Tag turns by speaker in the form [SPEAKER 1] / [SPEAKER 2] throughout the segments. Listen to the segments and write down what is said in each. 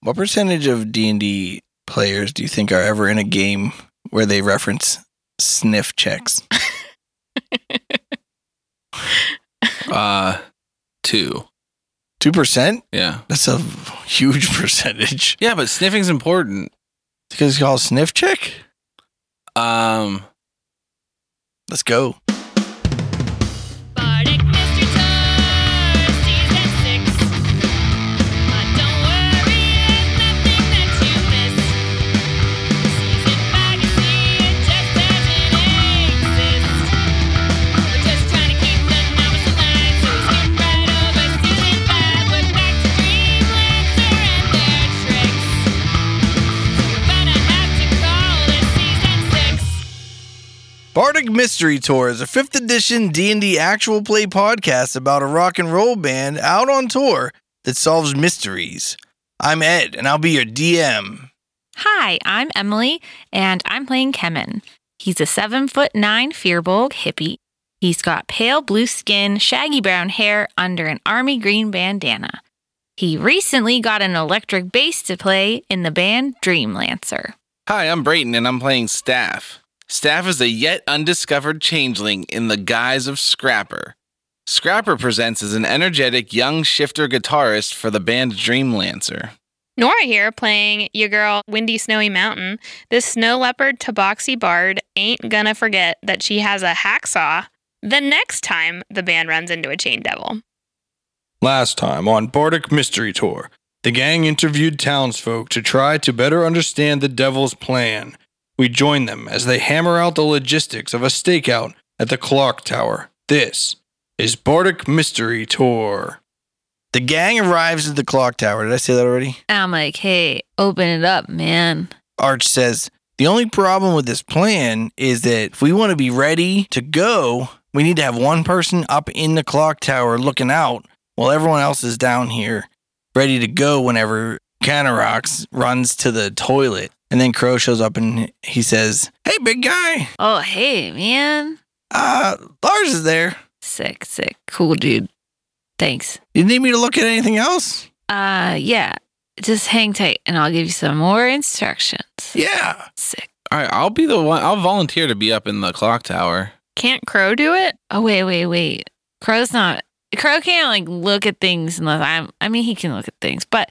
[SPEAKER 1] What percentage of D and D players do you think are ever in a game where they reference sniff checks?
[SPEAKER 2] Uh, two.
[SPEAKER 1] Two percent.
[SPEAKER 2] Yeah.
[SPEAKER 1] That's a huge percentage.
[SPEAKER 2] Yeah, but sniffing's important.
[SPEAKER 1] Because it's called sniff check.
[SPEAKER 2] Um,
[SPEAKER 1] Let's go.
[SPEAKER 3] Bardic Mystery Tour, Season 6. But don't worry, it's nothing that you miss. Season 5, you see, it just doesn't exist. We're just trying to keep the novice alive, so we skip right over Season 5. We're back to Dreamlancer and their tricks. So we're gonna have to call this Season 6.
[SPEAKER 1] Bardic Mystery Tour is a 5th edition D&D actual play podcast about a rock and roll band out on tour that solves mysteries. I'm Ed and I'll be your DM.
[SPEAKER 4] Hi, I'm Emily, and I'm playing Kemen. He's a seven foot nine firbolg hippie. He's got pale blue skin, shaggy brown hair under an army green bandana. He recently got an electric bass to play in the band Dreamlancer.
[SPEAKER 2] hi, I'm Brayton, and I'm playing Staff. Staff is a yet undiscovered changeling in the guise of Scrapper. Scrapper presents as an energetic young shifter guitarist for the band Dreamlancer.
[SPEAKER 5] Nora here playing your girl Windy Snowy Mountain. This snow leopard tabaxi bard ain't gonna forget that she has a hacksaw the next time the band runs into a chain devil.
[SPEAKER 1] Last time on Bardic Mystery Tour, the gang interviewed townsfolk to try to better understand the devil's plan. We join them as they hammer out the logistics of a stakeout at the clock tower. This is Bardic Mystery Tour. The gang arrives at the clock tower. Did I say that already?
[SPEAKER 4] I'm like, hey, open it up, man.
[SPEAKER 1] Arch says, The only problem with this plan is that if we want to be ready to go, we need to have one person up in the clock tower looking out while everyone else is down here ready to go whenever Canarox runs to the toilet. And then Crow shows up and he says, Hey, big guy,
[SPEAKER 4] Oh, hey, man.
[SPEAKER 1] uh, Lars is there.
[SPEAKER 4] Sick, sick. Cool, dude. Thanks.
[SPEAKER 1] You need me to look at anything else?
[SPEAKER 4] Uh, yeah, just hang tight and I'll give you some more instructions.
[SPEAKER 1] Yeah.
[SPEAKER 4] Sick.
[SPEAKER 2] All right, I'll be the one. I'll volunteer to be up in the clock tower.
[SPEAKER 5] Can't Crow do it?
[SPEAKER 4] Oh wait, wait, wait. Crow's not. Crow can't like look at things unless I'm. I mean, he can look at things, but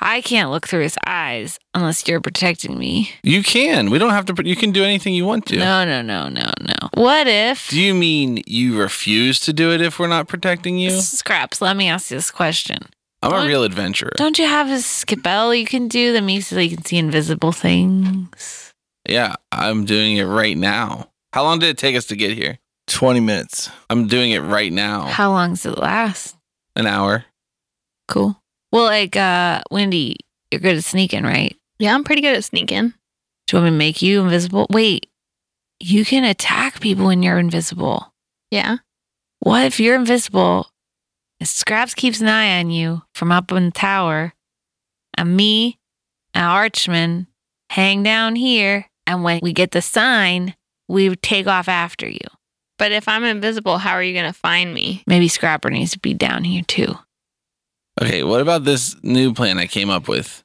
[SPEAKER 4] I can't look through his eyes unless you're protecting me.
[SPEAKER 2] You can. We don't have to. pr- You can do anything you want to.
[SPEAKER 4] No, no, no, no, no. What if?
[SPEAKER 2] Do you mean you refuse to do it if we're not protecting you?
[SPEAKER 4] Scraps, let me ask you this question.
[SPEAKER 2] I'm a
[SPEAKER 4] Don't-
[SPEAKER 2] real adventurer.
[SPEAKER 4] Don't you have a skibell you can do that means that you can see invisible things?
[SPEAKER 2] Yeah, I'm doing it right now. How long did it take us to get here?
[SPEAKER 1] 20 minutes.
[SPEAKER 2] I'm doing it right now.
[SPEAKER 4] How long does it last?
[SPEAKER 2] An hour.
[SPEAKER 4] Cool. Well, like, uh, Wendy, you're good at sneaking, right?
[SPEAKER 5] Yeah, I'm pretty good at sneaking.
[SPEAKER 4] Do you want me to make you invisible? Wait, you can attack people when you're invisible.
[SPEAKER 5] Yeah.
[SPEAKER 4] What if you're invisible? And Scraps keeps an eye on you from up in the tower. And me and Archman hang down here. And when we get the sign, we take off after you.
[SPEAKER 5] But if I'm invisible, how are you gonna find me?
[SPEAKER 4] Maybe Scrapper needs to be down here too.
[SPEAKER 2] Okay, what about this new plan I came up with?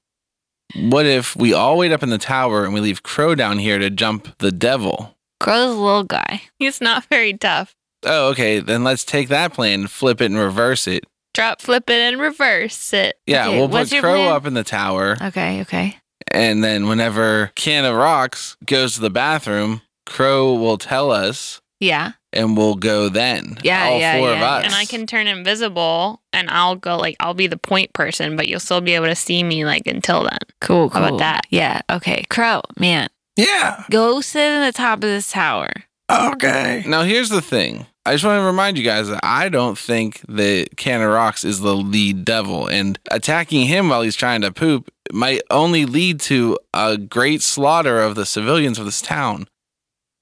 [SPEAKER 2] What if we all wait up in the tower and we leave Crow down here to jump the devil?
[SPEAKER 4] Crow's a little guy.
[SPEAKER 5] He's not very tough.
[SPEAKER 2] Oh, okay, then let's take that plan, flip it, and reverse it.
[SPEAKER 5] Drop, flip it, and reverse it.
[SPEAKER 2] Yeah,
[SPEAKER 4] Okay,
[SPEAKER 2] we'll put
[SPEAKER 4] what's your
[SPEAKER 2] Crow
[SPEAKER 4] plan?
[SPEAKER 2] up in the tower,
[SPEAKER 4] Okay, okay.
[SPEAKER 2] and then whenever Can of Rocks goes to the bathroom, Crow will tell us,
[SPEAKER 4] Yeah.
[SPEAKER 2] and we'll go then.
[SPEAKER 4] Yeah,
[SPEAKER 2] all
[SPEAKER 4] yeah,
[SPEAKER 2] four of
[SPEAKER 4] yeah,
[SPEAKER 2] us.
[SPEAKER 4] yeah.
[SPEAKER 5] And I can turn invisible and I'll go like I'll be the point person, but you'll still be able to see me like until then.
[SPEAKER 4] Cool, cool.
[SPEAKER 5] How about that?
[SPEAKER 4] Yeah. Okay. Crow, man,
[SPEAKER 1] Yeah.
[SPEAKER 4] go sit in the top of this tower.
[SPEAKER 1] Okay.
[SPEAKER 2] Now, here's the thing. I just want to remind you guys that I don't think that Can of Rocks is the lead devil, and attacking him while he's trying to poop might only lead to a great slaughter of the civilians of this town.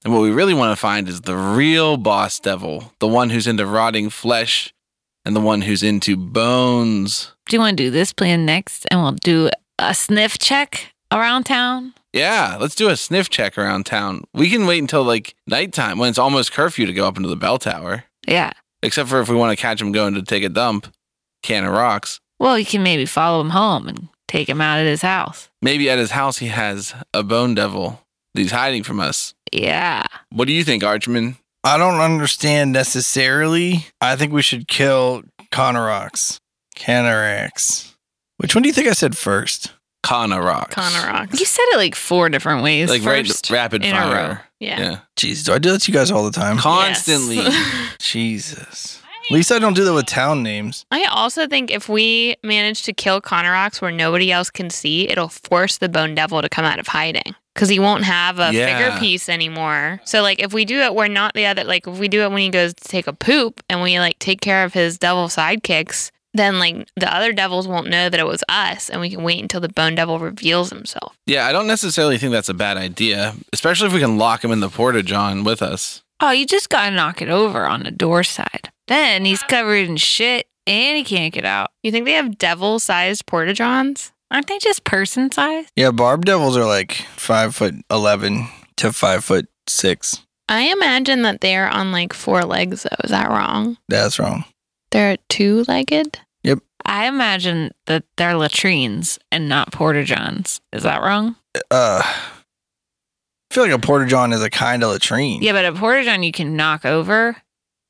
[SPEAKER 2] And what we really want to find is the real boss devil, the one who's into rotting flesh and the one who's into bones.
[SPEAKER 4] Do you want to do this plan next? And we'll do a sniff check around town.
[SPEAKER 2] Yeah, let's do a sniff check around town. We can wait until like nighttime when it's almost curfew to go up into the bell tower.
[SPEAKER 4] Yeah.
[SPEAKER 2] except for if we want to catch him going to take a dump, can of rocks.
[SPEAKER 4] Well, you can maybe follow him home and Take him out of his house.
[SPEAKER 2] Maybe at his house he has a bone devil that he's hiding from us.
[SPEAKER 4] Yeah.
[SPEAKER 2] What do you think, Archman?
[SPEAKER 1] I don't understand necessarily. I think we should kill Conorax. Canarax. Which one do you think I said first?
[SPEAKER 2] Connor rocks.
[SPEAKER 5] Connor rocks.
[SPEAKER 4] You said it like four different ways.
[SPEAKER 2] Like
[SPEAKER 4] first.
[SPEAKER 2] right, rapid
[SPEAKER 4] in a
[SPEAKER 2] fire.
[SPEAKER 5] Yeah.
[SPEAKER 2] Yeah.
[SPEAKER 1] Jeez, do I do that to you guys all the time?
[SPEAKER 2] Constantly.
[SPEAKER 5] Yes.
[SPEAKER 1] Jesus. At least I don't do that with town names.
[SPEAKER 5] I also think if we manage to kill Conorax where nobody else can see, it'll force the Bone Devil to come out of hiding because he won't have a
[SPEAKER 2] Yeah.
[SPEAKER 5] figure piece anymore. So like if we do it, we're not the other. Like if we do it when he goes to take a poop and we like take care of his devil sidekicks, then like the other devils won't know that it was us, and we can wait until the Bone Devil reveals himself.
[SPEAKER 2] Yeah, I don't necessarily think that's a bad idea, especially if we can lock him in the porta john with us.
[SPEAKER 4] Oh, you just gotta knock it over on the door side. Then he's covered in shit and he can't get out.
[SPEAKER 5] You think they have devil-sized porta-johns?
[SPEAKER 4] Aren't they just person size?
[SPEAKER 1] Yeah, barb devils are like five foot eleven to five foot six.
[SPEAKER 5] I imagine that they're on like four legs though. Is that wrong?
[SPEAKER 1] That's wrong.
[SPEAKER 5] They're two-legged.
[SPEAKER 4] I imagine that they're latrines and not porta johns. Is that wrong?
[SPEAKER 1] Uh I feel like a porta john is a kind of latrine.
[SPEAKER 4] Yeah, but a porta john you can knock over,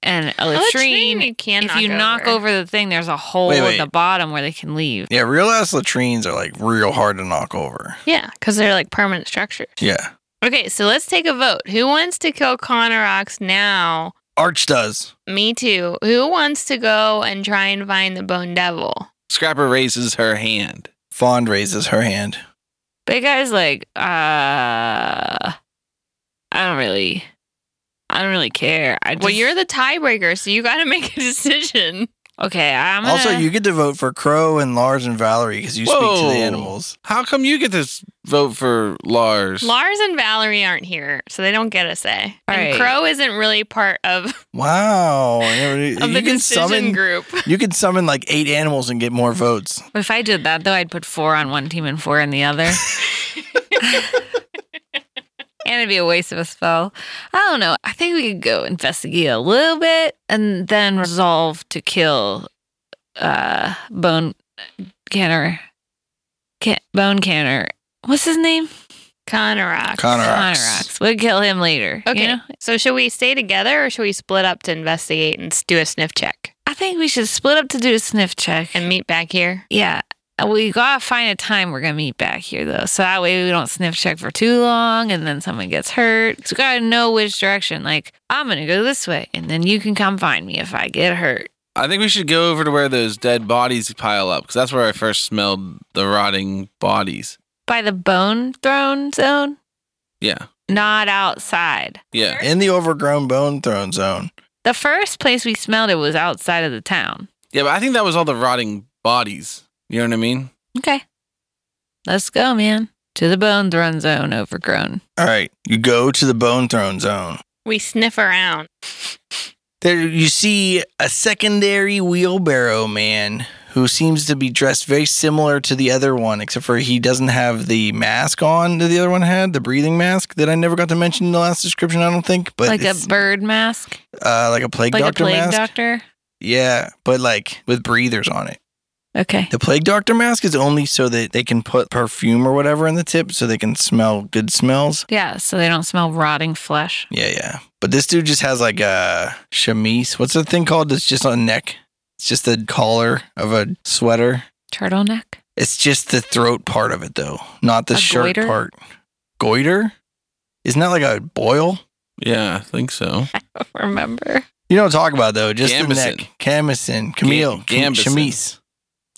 [SPEAKER 4] and a latrine,
[SPEAKER 5] Oh, you can
[SPEAKER 4] if you knock over the thing, there's a hole
[SPEAKER 1] Wait,
[SPEAKER 4] at
[SPEAKER 1] wait.
[SPEAKER 4] the bottom where they can leave.
[SPEAKER 1] Yeah, real ass latrines are like real hard to knock over.
[SPEAKER 5] Yeah, because they're like permanent structure.
[SPEAKER 1] Yeah.
[SPEAKER 5] Okay, so let's take a vote. Who wants to kill Conorax now?
[SPEAKER 1] Arch does.
[SPEAKER 5] Me too. Who wants to go and try and find the Bone Devil?
[SPEAKER 2] Scrapper raises her hand.
[SPEAKER 1] Fawn raises her hand.
[SPEAKER 4] Big guy's like, uh, I don't really, I don't really care. I just,
[SPEAKER 5] Well, you're the tiebreaker, so you got to make a decision.
[SPEAKER 4] okay. I'm gonna,
[SPEAKER 1] Also, you get to vote for Crow and Lars and Valerie because you speak to
[SPEAKER 2] Whoa.
[SPEAKER 1] the animals.
[SPEAKER 2] How come you get this vote for Lars?
[SPEAKER 5] Lars and Valerie aren't here, so they don't get a say. And
[SPEAKER 4] Right.
[SPEAKER 5] Crow isn't really part of,
[SPEAKER 1] Wow. I never knew-
[SPEAKER 5] of the
[SPEAKER 1] you can
[SPEAKER 5] decision
[SPEAKER 1] summon
[SPEAKER 5] group.
[SPEAKER 1] you can summon like eight animals and get more votes.
[SPEAKER 4] If I did that though, I'd put four on one team and four on the other. and it'd be a waste of a spell. I don't know. I think we could go investigate a little bit and then resolve to kill uh Bone Canner. Can- Bone Canner. What's his name?
[SPEAKER 5] Conorax.
[SPEAKER 1] Conorax.
[SPEAKER 4] Conorax. We'll kill him later. you
[SPEAKER 5] Okay,
[SPEAKER 4] know?
[SPEAKER 5] so should we stay together or should we split up to investigate and s- do a sniff check
[SPEAKER 4] I think we should split up to do a sniff check.
[SPEAKER 5] and meet back here?
[SPEAKER 4] Yeah. Uh, We gotta find a time we're gonna meet back here though. So that way we don't sniff check for too long and then someone gets hurt. So we gotta know which direction. Like, I'm gonna go this way and then you can come find me if I get hurt.
[SPEAKER 2] I think we should go over to where those dead bodies pile up because that's where I first smelled the rotting bodies.
[SPEAKER 4] By the bone throne zone,
[SPEAKER 2] Yeah.
[SPEAKER 4] not outside.
[SPEAKER 2] Yeah.
[SPEAKER 1] In the overgrown bone throne zone.
[SPEAKER 4] The first place we smelled it was outside of the town.
[SPEAKER 2] Yeah, but I think that was all the rotting bodies. You know what I mean?
[SPEAKER 4] Okay. Let's go, man. To the bone throne zone overgrown.
[SPEAKER 1] All right. You go to the bone throne zone.
[SPEAKER 5] We sniff around.
[SPEAKER 1] There you see a secondary wheelbarrow man who seems to be dressed very similar to the other one, except for he doesn't have the mask on that the other one had, the breathing mask that I never got to mention in the last description, I don't think. But
[SPEAKER 4] like a
[SPEAKER 1] it's,
[SPEAKER 4] bird mask.
[SPEAKER 1] uh, like a plague
[SPEAKER 4] Like
[SPEAKER 1] doctor
[SPEAKER 4] a plague
[SPEAKER 1] mask.
[SPEAKER 4] doctor.
[SPEAKER 1] yeah, but like with breathers on it.
[SPEAKER 4] Okay.
[SPEAKER 1] The plague doctor mask is only so that they can put perfume or whatever in the tip so they can smell good smells.
[SPEAKER 4] Yeah, so they don't smell rotting flesh.
[SPEAKER 1] Yeah, yeah. But this dude just has like a chemise. What's the thing called? It's just on a neck. It's just the collar of a sweater.
[SPEAKER 4] Turtleneck.
[SPEAKER 1] It's just the throat part of it though, not the
[SPEAKER 4] A
[SPEAKER 1] shirt
[SPEAKER 4] goiter?
[SPEAKER 1] part. Goiter? Isn't that like a boil?
[SPEAKER 2] Yeah, I think so.
[SPEAKER 4] remember.
[SPEAKER 1] You don't talk about though, just the
[SPEAKER 2] Gambeson.
[SPEAKER 1] neck. Camison. Camille. Cam-
[SPEAKER 2] Gambeson.
[SPEAKER 1] chemise.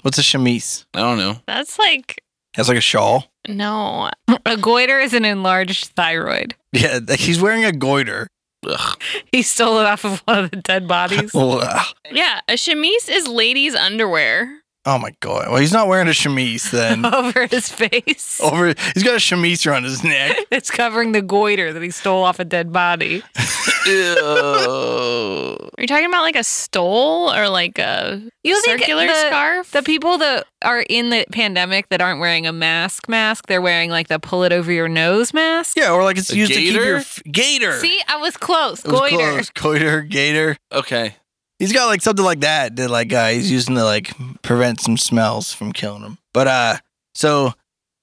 [SPEAKER 1] What's a chemise?
[SPEAKER 2] I don't know.
[SPEAKER 5] That's like
[SPEAKER 1] That's like a shawl.
[SPEAKER 5] no.
[SPEAKER 4] A goiter is an enlarged thyroid.
[SPEAKER 1] Yeah, th- he's wearing a goiter.
[SPEAKER 2] Ugh.
[SPEAKER 4] He stole it off of one of the dead bodies.
[SPEAKER 1] Ugh.
[SPEAKER 5] Yeah, a chemise is ladies' underwear.
[SPEAKER 1] Oh my god. Well, he's not wearing a chemise then.
[SPEAKER 4] over his face.
[SPEAKER 1] Over, he's got a chemise around his neck.
[SPEAKER 4] It's covering the goiter that he stole off a dead body.
[SPEAKER 2] Ew.
[SPEAKER 5] Are you talking about like a stole or like a
[SPEAKER 4] You think
[SPEAKER 5] circular
[SPEAKER 4] the,
[SPEAKER 5] scarf?
[SPEAKER 4] the people that are in the pandemic that aren't wearing a mask mask, they're wearing like the pull it over your nose mask.
[SPEAKER 1] Yeah, or like it's
[SPEAKER 2] A
[SPEAKER 1] used to keep
[SPEAKER 2] gator?
[SPEAKER 1] your f- gator.
[SPEAKER 4] See, I was close.
[SPEAKER 1] it was
[SPEAKER 4] goiter.
[SPEAKER 1] close. Goiter, gator.
[SPEAKER 2] okay.
[SPEAKER 1] He's got like something like that that like uh, he's using to like prevent some smells from killing him. But uh So,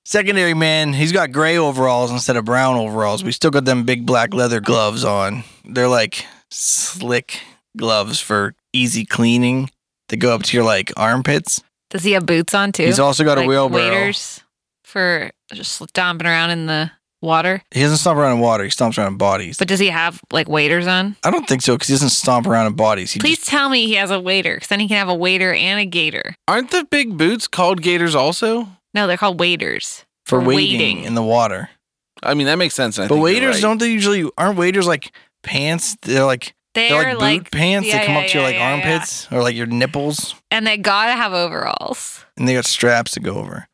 [SPEAKER 1] secondary man, he's got gray overalls instead of brown overalls. We still got them big black leather gloves on. They're like slick gloves for easy cleaning that go up to your like armpits.
[SPEAKER 4] Does he have boots on too?
[SPEAKER 1] He's also got
[SPEAKER 4] Like
[SPEAKER 1] a wheelbarrow.
[SPEAKER 4] Waders for just stomping around in the water.
[SPEAKER 1] He doesn't stomp around in water. He stomps around in bodies.
[SPEAKER 4] But does he have like waders on?
[SPEAKER 1] I don't think so because he doesn't stomp around in bodies. He
[SPEAKER 4] Please
[SPEAKER 1] just,
[SPEAKER 4] tell me he has a wader, because then he can have a wader and a gator.
[SPEAKER 2] Aren't the big boots called gators also?
[SPEAKER 4] No, they're called waders.
[SPEAKER 1] for waiting,
[SPEAKER 4] waiting.
[SPEAKER 1] in the water.
[SPEAKER 2] I mean, that makes sense. and I
[SPEAKER 1] But
[SPEAKER 2] think you're
[SPEAKER 1] waiters
[SPEAKER 2] right.
[SPEAKER 1] don't they usually aren't waiters like pants? They're like
[SPEAKER 4] They're,
[SPEAKER 1] they're like boot
[SPEAKER 4] like,
[SPEAKER 1] pants
[SPEAKER 4] yeah,
[SPEAKER 1] that come
[SPEAKER 4] yeah,
[SPEAKER 1] up to your
[SPEAKER 4] yeah,
[SPEAKER 1] like
[SPEAKER 4] yeah, yeah.
[SPEAKER 1] armpits or like your nipples,
[SPEAKER 4] and they gotta have overalls.
[SPEAKER 1] and they got straps to go over.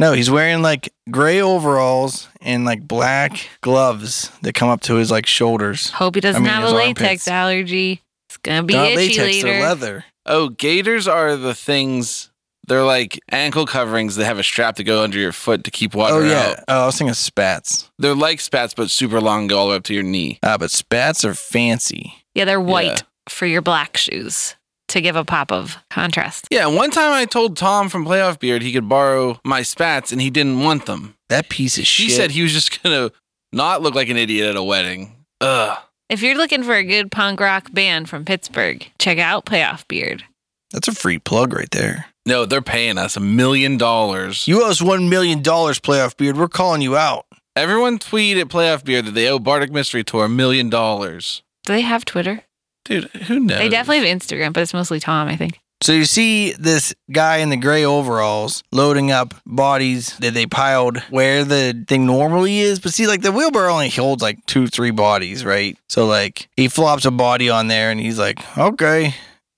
[SPEAKER 1] No, he's wearing like gray overalls and like black gloves that come up to his like shoulders.
[SPEAKER 4] Hope he doesn't
[SPEAKER 1] I mean,
[SPEAKER 4] have a
[SPEAKER 1] his
[SPEAKER 4] latex
[SPEAKER 1] armpits.
[SPEAKER 4] allergy. It's gonna be
[SPEAKER 1] Not
[SPEAKER 4] itchy
[SPEAKER 1] latex, they're
[SPEAKER 4] later.
[SPEAKER 1] leather.
[SPEAKER 2] Oh, gators are the things. They're like ankle coverings that have a strap to go under your foot to keep water
[SPEAKER 1] Oh yeah.
[SPEAKER 2] out.
[SPEAKER 1] Oh, I was thinking spats.
[SPEAKER 2] They're like spats, but super long, and go all the way up to your knee.
[SPEAKER 1] Ah, but spats are fancy.
[SPEAKER 4] Yeah, they're white
[SPEAKER 2] Yeah.
[SPEAKER 4] for your black shoes to give a pop of contrast.
[SPEAKER 2] Yeah, one time I told Tom from Playoff Beard he could borrow my spats, and he didn't want them.
[SPEAKER 1] That piece of
[SPEAKER 2] She
[SPEAKER 1] shit.
[SPEAKER 2] said he was just gonna not look like an idiot at a wedding. Ugh.
[SPEAKER 4] If you're looking for a good punk rock band from Pittsburgh, check out Playoff Beard.
[SPEAKER 1] That's a free plug right there.
[SPEAKER 2] No, they're paying us a million dollars.
[SPEAKER 1] You owe us one million dollars, playoff beard. We're calling you out.
[SPEAKER 2] Everyone tweet at Playoff Beard that they owe Bardic Mystery Tour a million dollars.
[SPEAKER 4] Do they have Twitter?
[SPEAKER 2] Dude, who knows?
[SPEAKER 4] They definitely have Instagram, but it's mostly Tom, I think.
[SPEAKER 1] So you see this guy in the gray overalls loading up bodies that they piled where the thing normally is. But see, like the wheelbarrow only holds like two, three bodies, right? So like he flops a body on there and he's like, okay.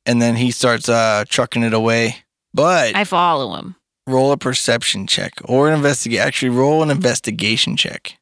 [SPEAKER 1] And then he starts uh trucking it away. But
[SPEAKER 4] I follow him.
[SPEAKER 1] roll a perception check or an investigate actually roll an investigation check.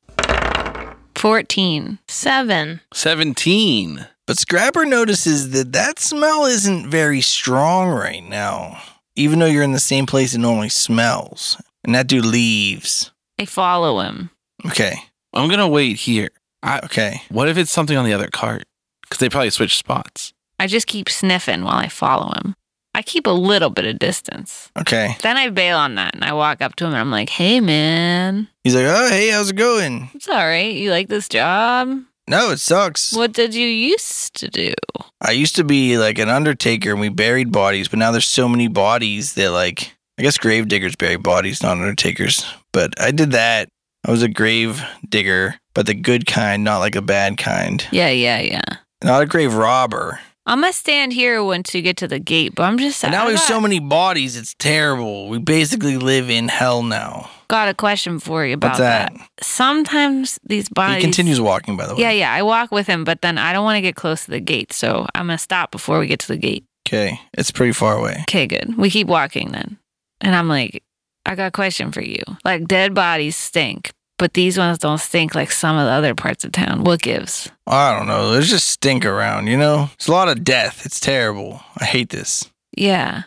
[SPEAKER 4] 14.
[SPEAKER 5] Seven.
[SPEAKER 2] 17.
[SPEAKER 1] But Scrapper notices that that smell isn't very strong right now, even though you're in the same place it normally smells. And that dude leaves.
[SPEAKER 4] I follow him.
[SPEAKER 1] Okay.
[SPEAKER 2] I'm gonna wait here.
[SPEAKER 1] Okay.
[SPEAKER 2] What if it's something on the other cart? Because they probably switched spots.
[SPEAKER 4] I just keep sniffing while I follow him. I keep a little bit of distance.
[SPEAKER 1] Okay.
[SPEAKER 4] Then I bail on that and I walk up to him and I'm like, hey, man,
[SPEAKER 1] He's like, oh, hey, how's it going?
[SPEAKER 4] it's all right. You like this job?
[SPEAKER 1] No, it sucks.
[SPEAKER 4] What did you used to do?
[SPEAKER 1] I used to be like an undertaker and we buried bodies, but now there's so many bodies that, like, I guess grave diggers bury bodies, not undertakers. But I did that. I was a grave digger, but the good kind, not like a bad kind.
[SPEAKER 4] Yeah, yeah, yeah.
[SPEAKER 1] Not a grave robber.
[SPEAKER 4] I'm gonna stand here once you get to the gate, but I'm just
[SPEAKER 1] And now
[SPEAKER 4] I
[SPEAKER 1] we have so
[SPEAKER 4] got,
[SPEAKER 1] many bodies, it's terrible. We basically live in hell now.
[SPEAKER 4] got a question for you about
[SPEAKER 1] What's that?
[SPEAKER 4] Sometimes these bodies
[SPEAKER 1] He continues walking, by the way.
[SPEAKER 4] Yeah, yeah. I walk with him, but then I don't want to get close to the gate, so I'm gonna stop before we get to the gate.
[SPEAKER 1] Okay, it's pretty far away.
[SPEAKER 4] Okay, good. We keep walking then, and I'm like, I got a question for you. Like dead bodies stink, but these ones don't stink like some of the other parts of town. What gives?
[SPEAKER 1] I don't know. There's just stink around, you know? It's a lot of death. It's terrible. I hate this.
[SPEAKER 4] Yeah,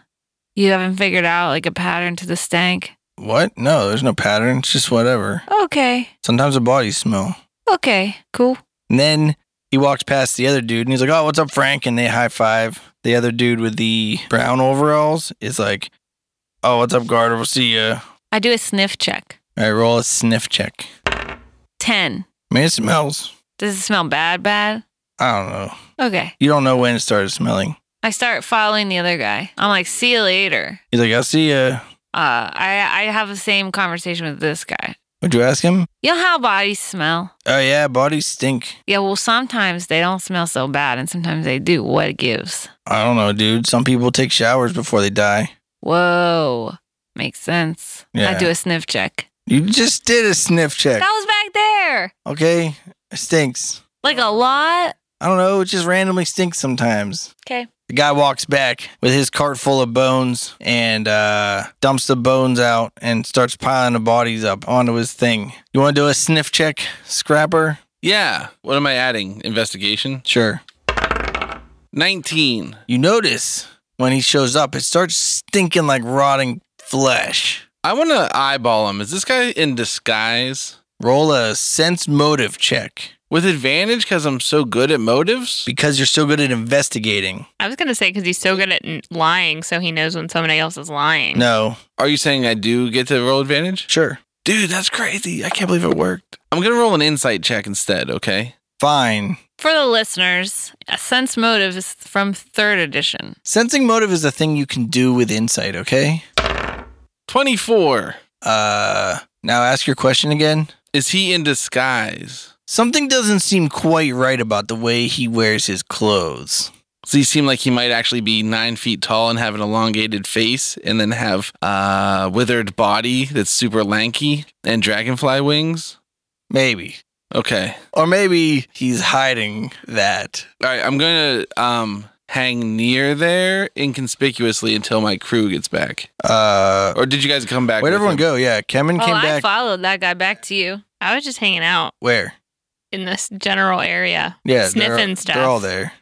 [SPEAKER 4] you haven't figured out like a pattern to the stank.
[SPEAKER 1] What? No, there's no pattern. It's just whatever.
[SPEAKER 4] Okay,
[SPEAKER 1] Sometimes the bodies smell.
[SPEAKER 4] okay, cool.
[SPEAKER 1] And then he walks past the other dude and he's like, Oh, what's up, Frank? And they high five. The other dude with the brown overalls is like, Oh, what's up, Garter? We'll see ya.
[SPEAKER 4] I do a sniff check.
[SPEAKER 1] All right, roll a sniff check.
[SPEAKER 4] Ten.
[SPEAKER 1] Man, it smells.
[SPEAKER 4] Does it smell bad? Bad.
[SPEAKER 1] I don't know.
[SPEAKER 4] Okay.
[SPEAKER 1] You don't know when it started smelling.
[SPEAKER 4] I start following the other guy. I'm like, see you later.
[SPEAKER 1] He's like, I'll see ya.
[SPEAKER 4] Uh, I I have the same conversation with this guy.
[SPEAKER 1] Would you ask him?
[SPEAKER 4] You know how bodies smell?
[SPEAKER 1] Oh, yeah, bodies stink.
[SPEAKER 4] Yeah, well, sometimes they don't smell so bad, and sometimes they do. What gives?
[SPEAKER 1] I don't know, dude. Some people take showers before they die.
[SPEAKER 4] Whoa, makes sense. I
[SPEAKER 1] Yeah.
[SPEAKER 4] do a sniff check.
[SPEAKER 1] You just did a sniff check.
[SPEAKER 4] That was back there,
[SPEAKER 1] Okay? It stinks.
[SPEAKER 4] like a lot.
[SPEAKER 1] I don't know. It just randomly stinks sometimes.
[SPEAKER 4] 'Kay.
[SPEAKER 1] The guy walks back with his cart full of bones and uh, dumps the bones out and starts piling the bodies up onto his thing. You want to do a sniff check, scrapper?
[SPEAKER 2] Yeah. What am I adding? Investigation?
[SPEAKER 1] Sure.
[SPEAKER 2] 19.
[SPEAKER 1] You notice when he shows up, it starts stinking like rotting flesh.
[SPEAKER 2] I want to eyeball him. Is this guy in disguise?
[SPEAKER 1] Roll a sense motive check.
[SPEAKER 2] with advantage because I'm so good at motives.
[SPEAKER 1] because you're so good at investigating.
[SPEAKER 5] I was gonna say because he's so good at n- lying, so he knows when somebody else is lying.
[SPEAKER 1] No,
[SPEAKER 2] Are you saying I do get to roll advantage?
[SPEAKER 1] sure,
[SPEAKER 2] Dude, that's crazy. I can't believe it worked. I'm going to roll an insight check instead, okay?
[SPEAKER 1] fine.
[SPEAKER 4] For the listeners, a sense motive is from third edition.
[SPEAKER 1] Sensing motive is a thing you can do with insight. Okay.
[SPEAKER 2] 24.
[SPEAKER 1] Uh, now ask your question again.
[SPEAKER 2] Is he in disguise?
[SPEAKER 1] Something doesn't seem quite right about the way he wears his clothes.
[SPEAKER 2] Does he seem like he might actually be nine feet tall and have an elongated face and then have uh, withered body that's super lanky and dragonfly wings?
[SPEAKER 1] Maybe.
[SPEAKER 2] Okay.
[SPEAKER 1] Or maybe he's hiding that.
[SPEAKER 2] All right. I'm going to um, hang near there inconspicuously until my crew gets back.
[SPEAKER 1] Uh,
[SPEAKER 2] Or did you guys come back?
[SPEAKER 1] where'd
[SPEAKER 2] with
[SPEAKER 1] everyone
[SPEAKER 2] him?
[SPEAKER 1] go? Yeah, Kemen
[SPEAKER 4] oh,
[SPEAKER 1] came
[SPEAKER 4] I
[SPEAKER 1] back.
[SPEAKER 4] followed that guy back to you.
[SPEAKER 5] I was just hanging out
[SPEAKER 1] Where?
[SPEAKER 5] in this general area.
[SPEAKER 1] Yeah,
[SPEAKER 5] Sniffing
[SPEAKER 1] they're,
[SPEAKER 5] stuff.
[SPEAKER 1] They're all there.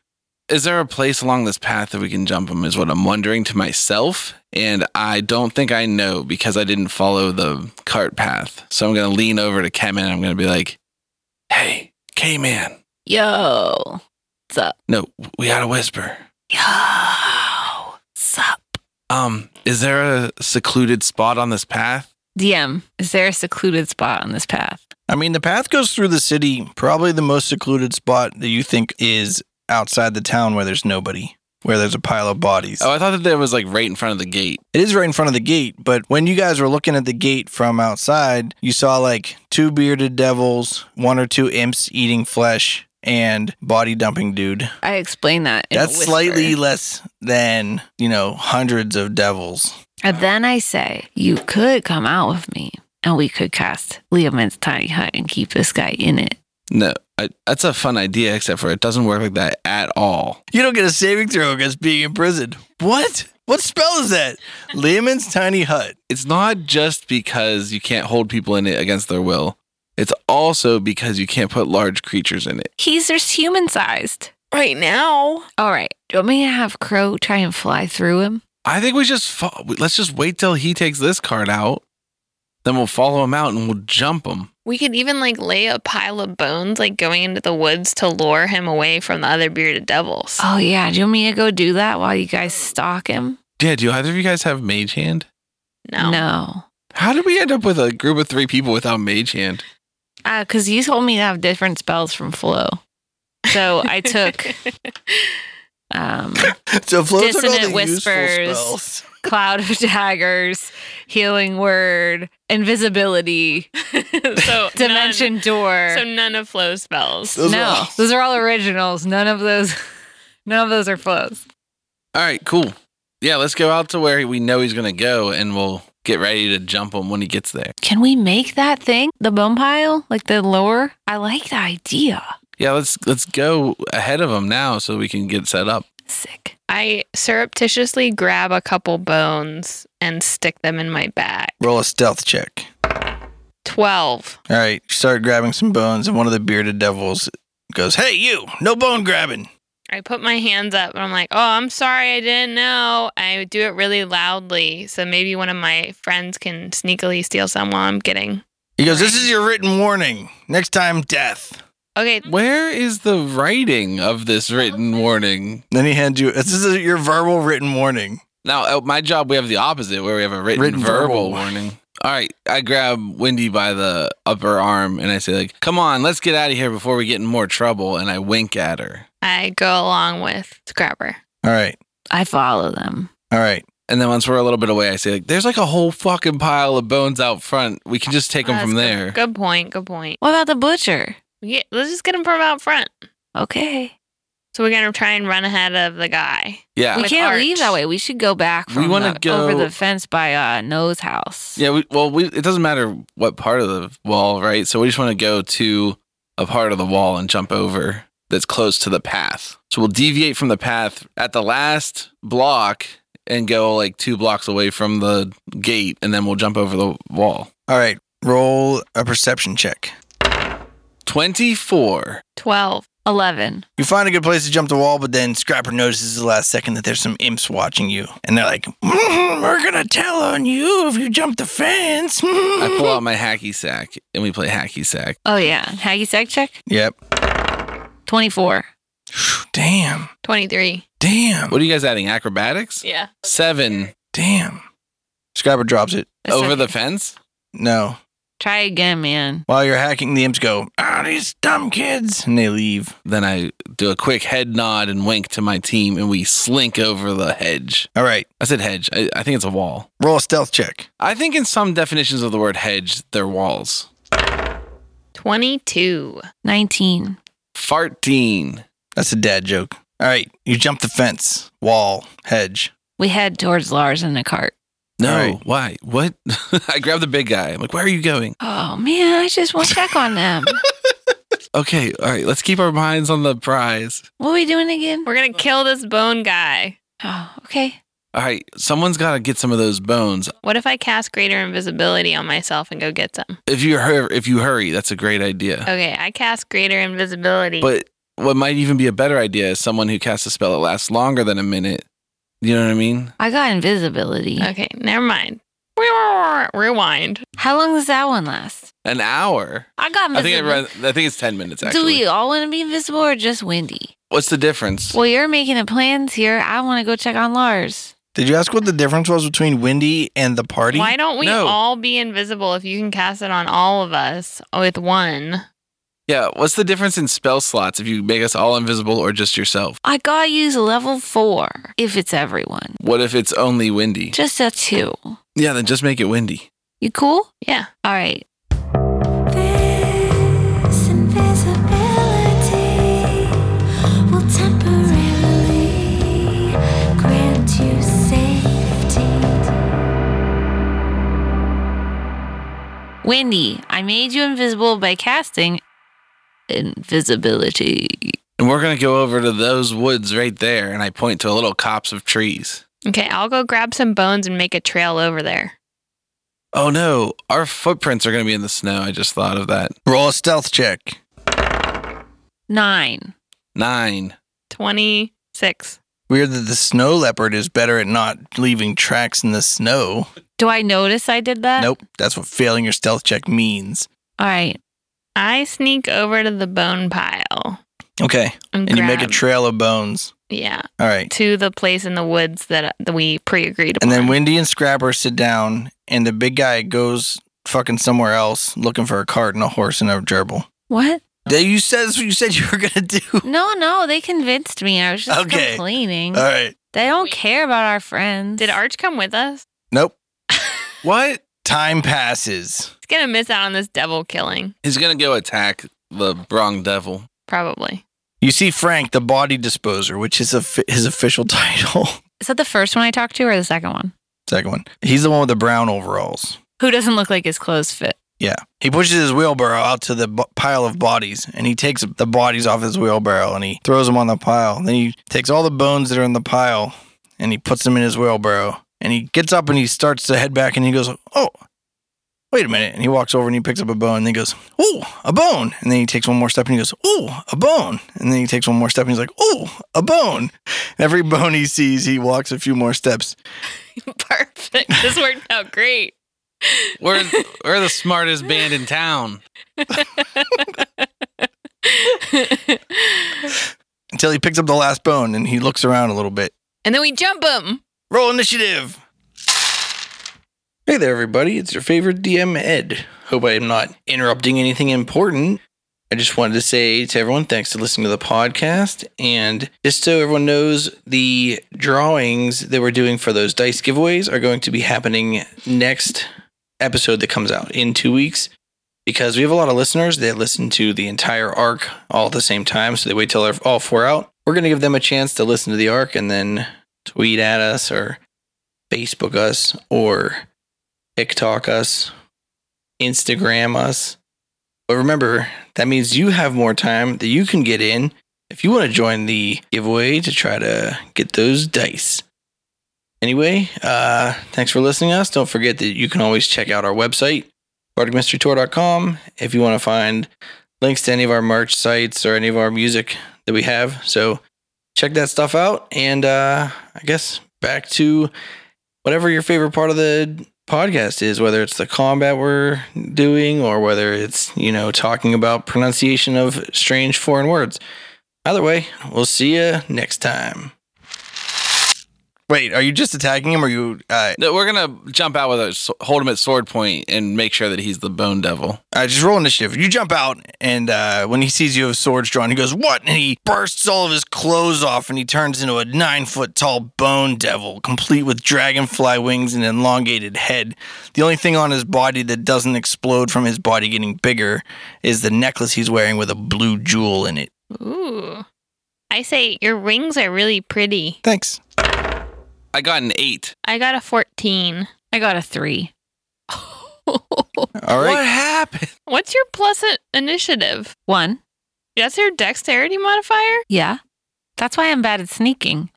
[SPEAKER 2] Is there a place along this path that we can jump him? Is what I'm wondering to myself. And I don't think I know because I didn't follow the cart path. So I'm going to lean over to Kemen and I'm going to be like, hey, K Man,
[SPEAKER 4] Yo, what's up?
[SPEAKER 2] no, we got to whisper.
[SPEAKER 4] Yo, sup?
[SPEAKER 2] Um, is there a secluded spot on this path?
[SPEAKER 4] DM, is there a secluded spot on this path?
[SPEAKER 1] I mean, the path goes through the city. Probably the most secluded spot that you think is outside the town where there's nobody, where there's a pile of bodies.
[SPEAKER 2] Oh, I thought that there was like right in front of the gate.
[SPEAKER 1] It is right in front of the gate, but when you guys were looking at the gate from outside, you saw like two bearded devils, one or two imps eating flesh, and body dumping dude.
[SPEAKER 4] I explained that. In a
[SPEAKER 1] That's
[SPEAKER 4] whisper.
[SPEAKER 1] slightly less than, you know, hundreds of devils.
[SPEAKER 4] And then I say, you could come out with me and we could cast Liam's tiny hut and keep this guy in it.
[SPEAKER 2] No, I, that's a fun idea, except for it doesn't work like that at all.
[SPEAKER 1] You don't get a saving throw against being imprisoned. What? What spell is that? Lehman's tiny hut.
[SPEAKER 2] it's not just because you can't hold people in it against their will. It's also because you can't put large creatures in it.
[SPEAKER 4] He's just human sized.
[SPEAKER 5] Right now,
[SPEAKER 4] All right. Do you want me to have Crow try and fly through him?
[SPEAKER 2] I think we just fo- let's just wait till he takes this card out. Then we'll follow him out and we'll jump him.
[SPEAKER 5] we could even like lay a pile of bones, like going into the woods to lure him away from the other bearded devils.
[SPEAKER 4] Oh, yeah. Do you want me to go do that while you guys stalk him?
[SPEAKER 2] Yeah, do either of you guys have mage hand?
[SPEAKER 5] no.
[SPEAKER 4] No.
[SPEAKER 2] How did we end up with a group of three people without mage hand?
[SPEAKER 4] Because Uh, you told me to have different spells from Flo. So I took um,
[SPEAKER 1] So Flo took all
[SPEAKER 4] Dissonant
[SPEAKER 1] the useful
[SPEAKER 4] whispers.
[SPEAKER 1] spells.
[SPEAKER 4] Cloud of Daggers, Healing Word, Invisibility,
[SPEAKER 5] so
[SPEAKER 4] Dimension Door.
[SPEAKER 5] None, so none of Flo's spells.
[SPEAKER 1] Those are
[SPEAKER 4] no,
[SPEAKER 1] all-
[SPEAKER 4] those are all originals. None of those, none of those are flows.
[SPEAKER 2] All right, cool. Yeah, let's go out to where we know he's going to go and we'll get ready to jump him when he gets there.
[SPEAKER 4] Can we make that thing the bone pile, like the lower? I like the idea.
[SPEAKER 2] Yeah, let's let's go ahead of him now so we can get set up.
[SPEAKER 4] Sick.
[SPEAKER 5] I surreptitiously grab a couple bones and stick them in my bag.
[SPEAKER 1] Roll a stealth check.
[SPEAKER 5] 12.
[SPEAKER 1] All right, you start grabbing some bones, and one of the bearded devils goes, Hey, you, no bone grabbing.
[SPEAKER 5] I put my hands up and I'm like, oh, I'm sorry, I didn't know. I do it really loudly. So maybe one of my friends can sneakily steal some while I'm getting.
[SPEAKER 1] He goes, This is your written warning. Next time, death.
[SPEAKER 5] Okay,
[SPEAKER 2] Where is the writing of this written warning?
[SPEAKER 1] Then he hands you, This is your verbal written warning.
[SPEAKER 2] Now, at my job, we have the opposite, where we have a written,
[SPEAKER 1] Written verbal.
[SPEAKER 2] verbal warning. All right, I grab Wendy by the upper arm and I say, like, come on, let's get out of here before we get in more trouble. And I wink at her.
[SPEAKER 5] I go along with Scrapper.
[SPEAKER 1] All right,
[SPEAKER 4] I follow them.
[SPEAKER 1] all right.
[SPEAKER 2] And then once we're a little bit away, I say, like, there's like a whole fucking pile of bones out front. We can just take them
[SPEAKER 5] That's
[SPEAKER 2] from
[SPEAKER 5] good-
[SPEAKER 2] there.
[SPEAKER 5] Good point. Good point.
[SPEAKER 4] What about the butcher?
[SPEAKER 5] Yeah, let's just get him from out front.
[SPEAKER 4] Okay,
[SPEAKER 5] So we're going to try and run ahead of the guy.
[SPEAKER 2] Yeah.
[SPEAKER 4] we
[SPEAKER 5] With
[SPEAKER 4] can't
[SPEAKER 5] arch.
[SPEAKER 4] leave that way. We should go back.
[SPEAKER 2] We
[SPEAKER 4] From
[SPEAKER 2] wanna
[SPEAKER 4] the-
[SPEAKER 2] go-
[SPEAKER 4] over the fence by uh, Nose House.
[SPEAKER 2] Yeah. We, well, we, it doesn't matter what part of the wall, right? So we just want to go to a part of the wall and jump over that's close to the path. So we'll deviate from the path at the last block and go like two blocks away from the gate and then we'll jump over the wall.
[SPEAKER 1] All right, roll a perception check.
[SPEAKER 2] 24.
[SPEAKER 5] 12.
[SPEAKER 4] Eleven.
[SPEAKER 1] You find a good place to jump the wall, but then Scrapper notices the last second that there's some imps watching you. And they're like, "Mhm, We're going to tell on you if you jump the fence.
[SPEAKER 2] I
[SPEAKER 1] Mhm."
[SPEAKER 2] pull out my hacky sack and we play hacky sack.
[SPEAKER 4] Oh yeah, Haggy Sack check.
[SPEAKER 1] Yep.
[SPEAKER 4] 24,
[SPEAKER 1] Damn.
[SPEAKER 5] 23.
[SPEAKER 1] Damn.
[SPEAKER 2] What are you guys adding? Acrobatics?
[SPEAKER 5] Yeah.
[SPEAKER 2] Seven
[SPEAKER 1] Damn. Scriber drops it.
[SPEAKER 4] That's
[SPEAKER 2] over the
[SPEAKER 4] okay.
[SPEAKER 2] fence.
[SPEAKER 1] No.
[SPEAKER 4] try again, man.
[SPEAKER 1] While you're hacking, the imps go, ah, these dumb kids. And they leave.
[SPEAKER 2] Then I do a quick head nod and wink to my team, and we slink over the hedge.
[SPEAKER 1] All right.
[SPEAKER 2] I said hedge. I, I think it's a wall.
[SPEAKER 1] Roll a stealth check.
[SPEAKER 2] I think in some definitions of the word hedge, they're walls.
[SPEAKER 5] 22.
[SPEAKER 4] 19.
[SPEAKER 2] Farteen.
[SPEAKER 1] That's a dad joke. All right. You jump the fence, wall, hedge.
[SPEAKER 4] We head towards Lars in the cart.
[SPEAKER 2] No,
[SPEAKER 1] Right.
[SPEAKER 2] why? What? I grabbed the big guy. I'm like, where are you going?
[SPEAKER 4] Oh, man, I just want to check on them.
[SPEAKER 2] Okay, all right, let's keep our minds on the prize.
[SPEAKER 4] what are we doing again?
[SPEAKER 5] We're going to kill this bone guy.
[SPEAKER 4] Oh, okay.
[SPEAKER 2] All right, someone's got to get some of those bones.
[SPEAKER 5] What if I cast greater invisibility on myself and go get some?
[SPEAKER 2] If you hur- if you hurry, that's a great idea.
[SPEAKER 5] Okay, I cast greater invisibility.
[SPEAKER 2] But what might even be a better idea is someone who casts a spell that lasts longer than a minute. You know what I mean?
[SPEAKER 4] I got invisibility.
[SPEAKER 5] okay, never mind. Rewind.
[SPEAKER 4] How long does that one last?
[SPEAKER 2] An hour.
[SPEAKER 4] I got
[SPEAKER 2] I think it
[SPEAKER 4] invisibility.
[SPEAKER 2] run, I think it's ten minutes.
[SPEAKER 4] Do
[SPEAKER 2] Actually,
[SPEAKER 4] we all want to be invisible or just Wendy?
[SPEAKER 2] what's the difference?
[SPEAKER 4] Well, you're making the plans here. I want to go check on Lars.
[SPEAKER 1] Did you ask what the difference was between Wendy and the party?
[SPEAKER 5] Why don't we
[SPEAKER 2] No.
[SPEAKER 5] all be invisible if you can cast it on all of us with one?
[SPEAKER 2] yeah, what's the difference in spell slots if you make us all invisible or just yourself?
[SPEAKER 4] I gotta use level four if it's everyone.
[SPEAKER 2] What if it's only windy?
[SPEAKER 4] Just a two.
[SPEAKER 2] Yeah, then just make it windy.
[SPEAKER 4] You cool?
[SPEAKER 5] Yeah.
[SPEAKER 4] All right.
[SPEAKER 6] This invisibility will temporarily grant you safety.
[SPEAKER 4] Wendy, I made you invisible by casting invisibility.
[SPEAKER 2] And we're gonna go over to those woods right there, and I point to a little copse of trees.
[SPEAKER 5] Okay, I'll go grab some bones and make a trail over there.
[SPEAKER 2] Oh no, our footprints are gonna be in the snow. I just thought of that.
[SPEAKER 1] Roll a stealth check.
[SPEAKER 4] Nine.
[SPEAKER 2] Nine.
[SPEAKER 5] 26.
[SPEAKER 1] Weird that the snow leopard is better at not leaving tracks in the snow.
[SPEAKER 4] Do I notice I did that?
[SPEAKER 1] Nope. That's what failing your stealth check means.
[SPEAKER 4] All right.
[SPEAKER 5] I sneak over to the bone pile.
[SPEAKER 1] Okay.
[SPEAKER 5] And,
[SPEAKER 1] And you make a
[SPEAKER 5] grab-
[SPEAKER 1] trail of bones.
[SPEAKER 5] Yeah,
[SPEAKER 1] All right.
[SPEAKER 5] to the place in the woods that, uh, that we pre agreed upon.
[SPEAKER 1] And then Wendy and Scrapper sit down, and the big guy goes fucking somewhere else looking for a cart and a horse and a gerbil.
[SPEAKER 4] What?
[SPEAKER 1] That you said that's what you said you were gonna do.
[SPEAKER 4] No, no, they convinced me. I was just
[SPEAKER 1] Okay.
[SPEAKER 4] complaining.
[SPEAKER 1] All right.
[SPEAKER 4] they don't care about our friends.
[SPEAKER 5] Did Arch come with us?
[SPEAKER 1] Nope.
[SPEAKER 2] What?
[SPEAKER 1] Time passes.
[SPEAKER 5] He's going to miss out on this devil killing,
[SPEAKER 2] He's gonna go attack the wrong devil.
[SPEAKER 5] probably.
[SPEAKER 1] You see Frank, the body disposer, which is a, his official title.
[SPEAKER 4] Is that the first one I talked to or the second one?
[SPEAKER 1] Second one. He's the one with the brown overalls.
[SPEAKER 4] Who doesn't look like his clothes fit?
[SPEAKER 1] Yeah. He pushes his wheelbarrow out to the b- pile of bodies and he takes the bodies off his wheelbarrow and he throws them on the pile. Then he takes all the bones that are in the pile and he puts them in his wheelbarrow. And he gets up and he starts to head back and he goes, Oh, wait a minute. And he walks over and he picks up a bone and he goes, Oh, a bone. And then he takes one more step and he goes, Oh, a bone. And then he takes one more step and he's like, Oh, a bone. Every bone he sees, he walks a few more steps.
[SPEAKER 5] Perfect. This worked out great.
[SPEAKER 2] We're we're the smartest band in town.
[SPEAKER 1] until he picks up the last bone and he looks around a little bit.
[SPEAKER 5] and then we jump him.
[SPEAKER 1] Roll initiative. Hey there, everybody. It's your favorite DM, Ed. Hope I am not interrupting anything important. I just wanted to say to everyone, thanks to listening to the podcast. And just so everyone knows, the drawings that we're doing for those dice giveaways are going to be happening next episode that comes out in two weeks because we have a lot of listeners that listen to the entire arc all at the same time. So they wait till they're all four out. We're going to give them a chance to listen to the arc and then tweet at us or Facebook us or TikTok us, Instagram us. But remember, that means you have more time that you can get in if you want to join the giveaway to try to get those dice. Anyway, uh, thanks for listening to us. Don't forget that you can always check out our website, bardicmysterytour.com, if you want to find links to any of our merch sites or any of our music that we have. So check that stuff out. And uh, I guess back to whatever your favorite part of the podcast is, whether it's the combat we're doing or whether it's, you know, talking about pronunciation of strange foreign words.
[SPEAKER 7] Either way, we'll see you next time.
[SPEAKER 1] Wait, are you just attacking him or you uh
[SPEAKER 2] No, we're gonna jump out with a s- hold him at sword point and make sure that he's the bone devil.
[SPEAKER 1] uh, just roll initiative. You jump out, and uh, when he sees you have swords drawn, he goes, What? And he bursts all of his clothes off and he turns into a nine foot tall bone devil, complete with dragonfly wings and elongated head. The only thing on his body that doesn't explode from his body getting bigger is the necklace he's wearing with a blue jewel in it.
[SPEAKER 5] Ooh. I say your wings are really pretty.
[SPEAKER 1] Thanks.
[SPEAKER 2] I got an eight.
[SPEAKER 5] I got a 14.
[SPEAKER 4] I got a three.
[SPEAKER 1] All right.
[SPEAKER 2] What happened?
[SPEAKER 5] What's your plus i- initiative?
[SPEAKER 4] One.
[SPEAKER 5] That's your dexterity modifier?
[SPEAKER 4] Yeah. That's why I'm bad at sneaking.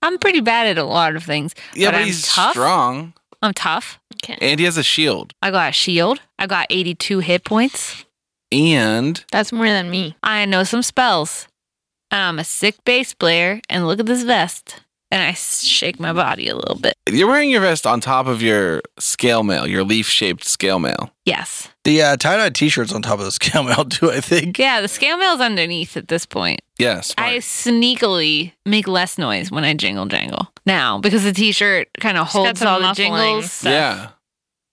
[SPEAKER 4] I'm pretty bad at a lot of things.
[SPEAKER 2] Yeah,
[SPEAKER 4] But
[SPEAKER 2] but,
[SPEAKER 4] I'm
[SPEAKER 2] he's
[SPEAKER 4] tough?
[SPEAKER 2] strong
[SPEAKER 4] I'm tough.
[SPEAKER 5] Okay.
[SPEAKER 2] and he has a shield.
[SPEAKER 4] I got a shield. I got 82 hit points.
[SPEAKER 2] And
[SPEAKER 5] That's more than me.
[SPEAKER 4] I know some spells. I'm a sick bass player, and look at this vest. And I shake my body a little bit.
[SPEAKER 2] you're wearing your vest on top of your scale mail, your leaf shaped scale mail.
[SPEAKER 4] Yes.
[SPEAKER 1] The uh, tie dye t shirt's on top of the scale mail, too, I think.
[SPEAKER 4] Yeah, the scale mail's underneath at this point.
[SPEAKER 2] Yes.
[SPEAKER 4] I sneakily make less noise when I jingle jangle now because the t-shirt kind of
[SPEAKER 5] It's got
[SPEAKER 4] holds
[SPEAKER 5] some
[SPEAKER 4] all the
[SPEAKER 5] muffling.
[SPEAKER 4] jingles. stuff.
[SPEAKER 2] Yeah.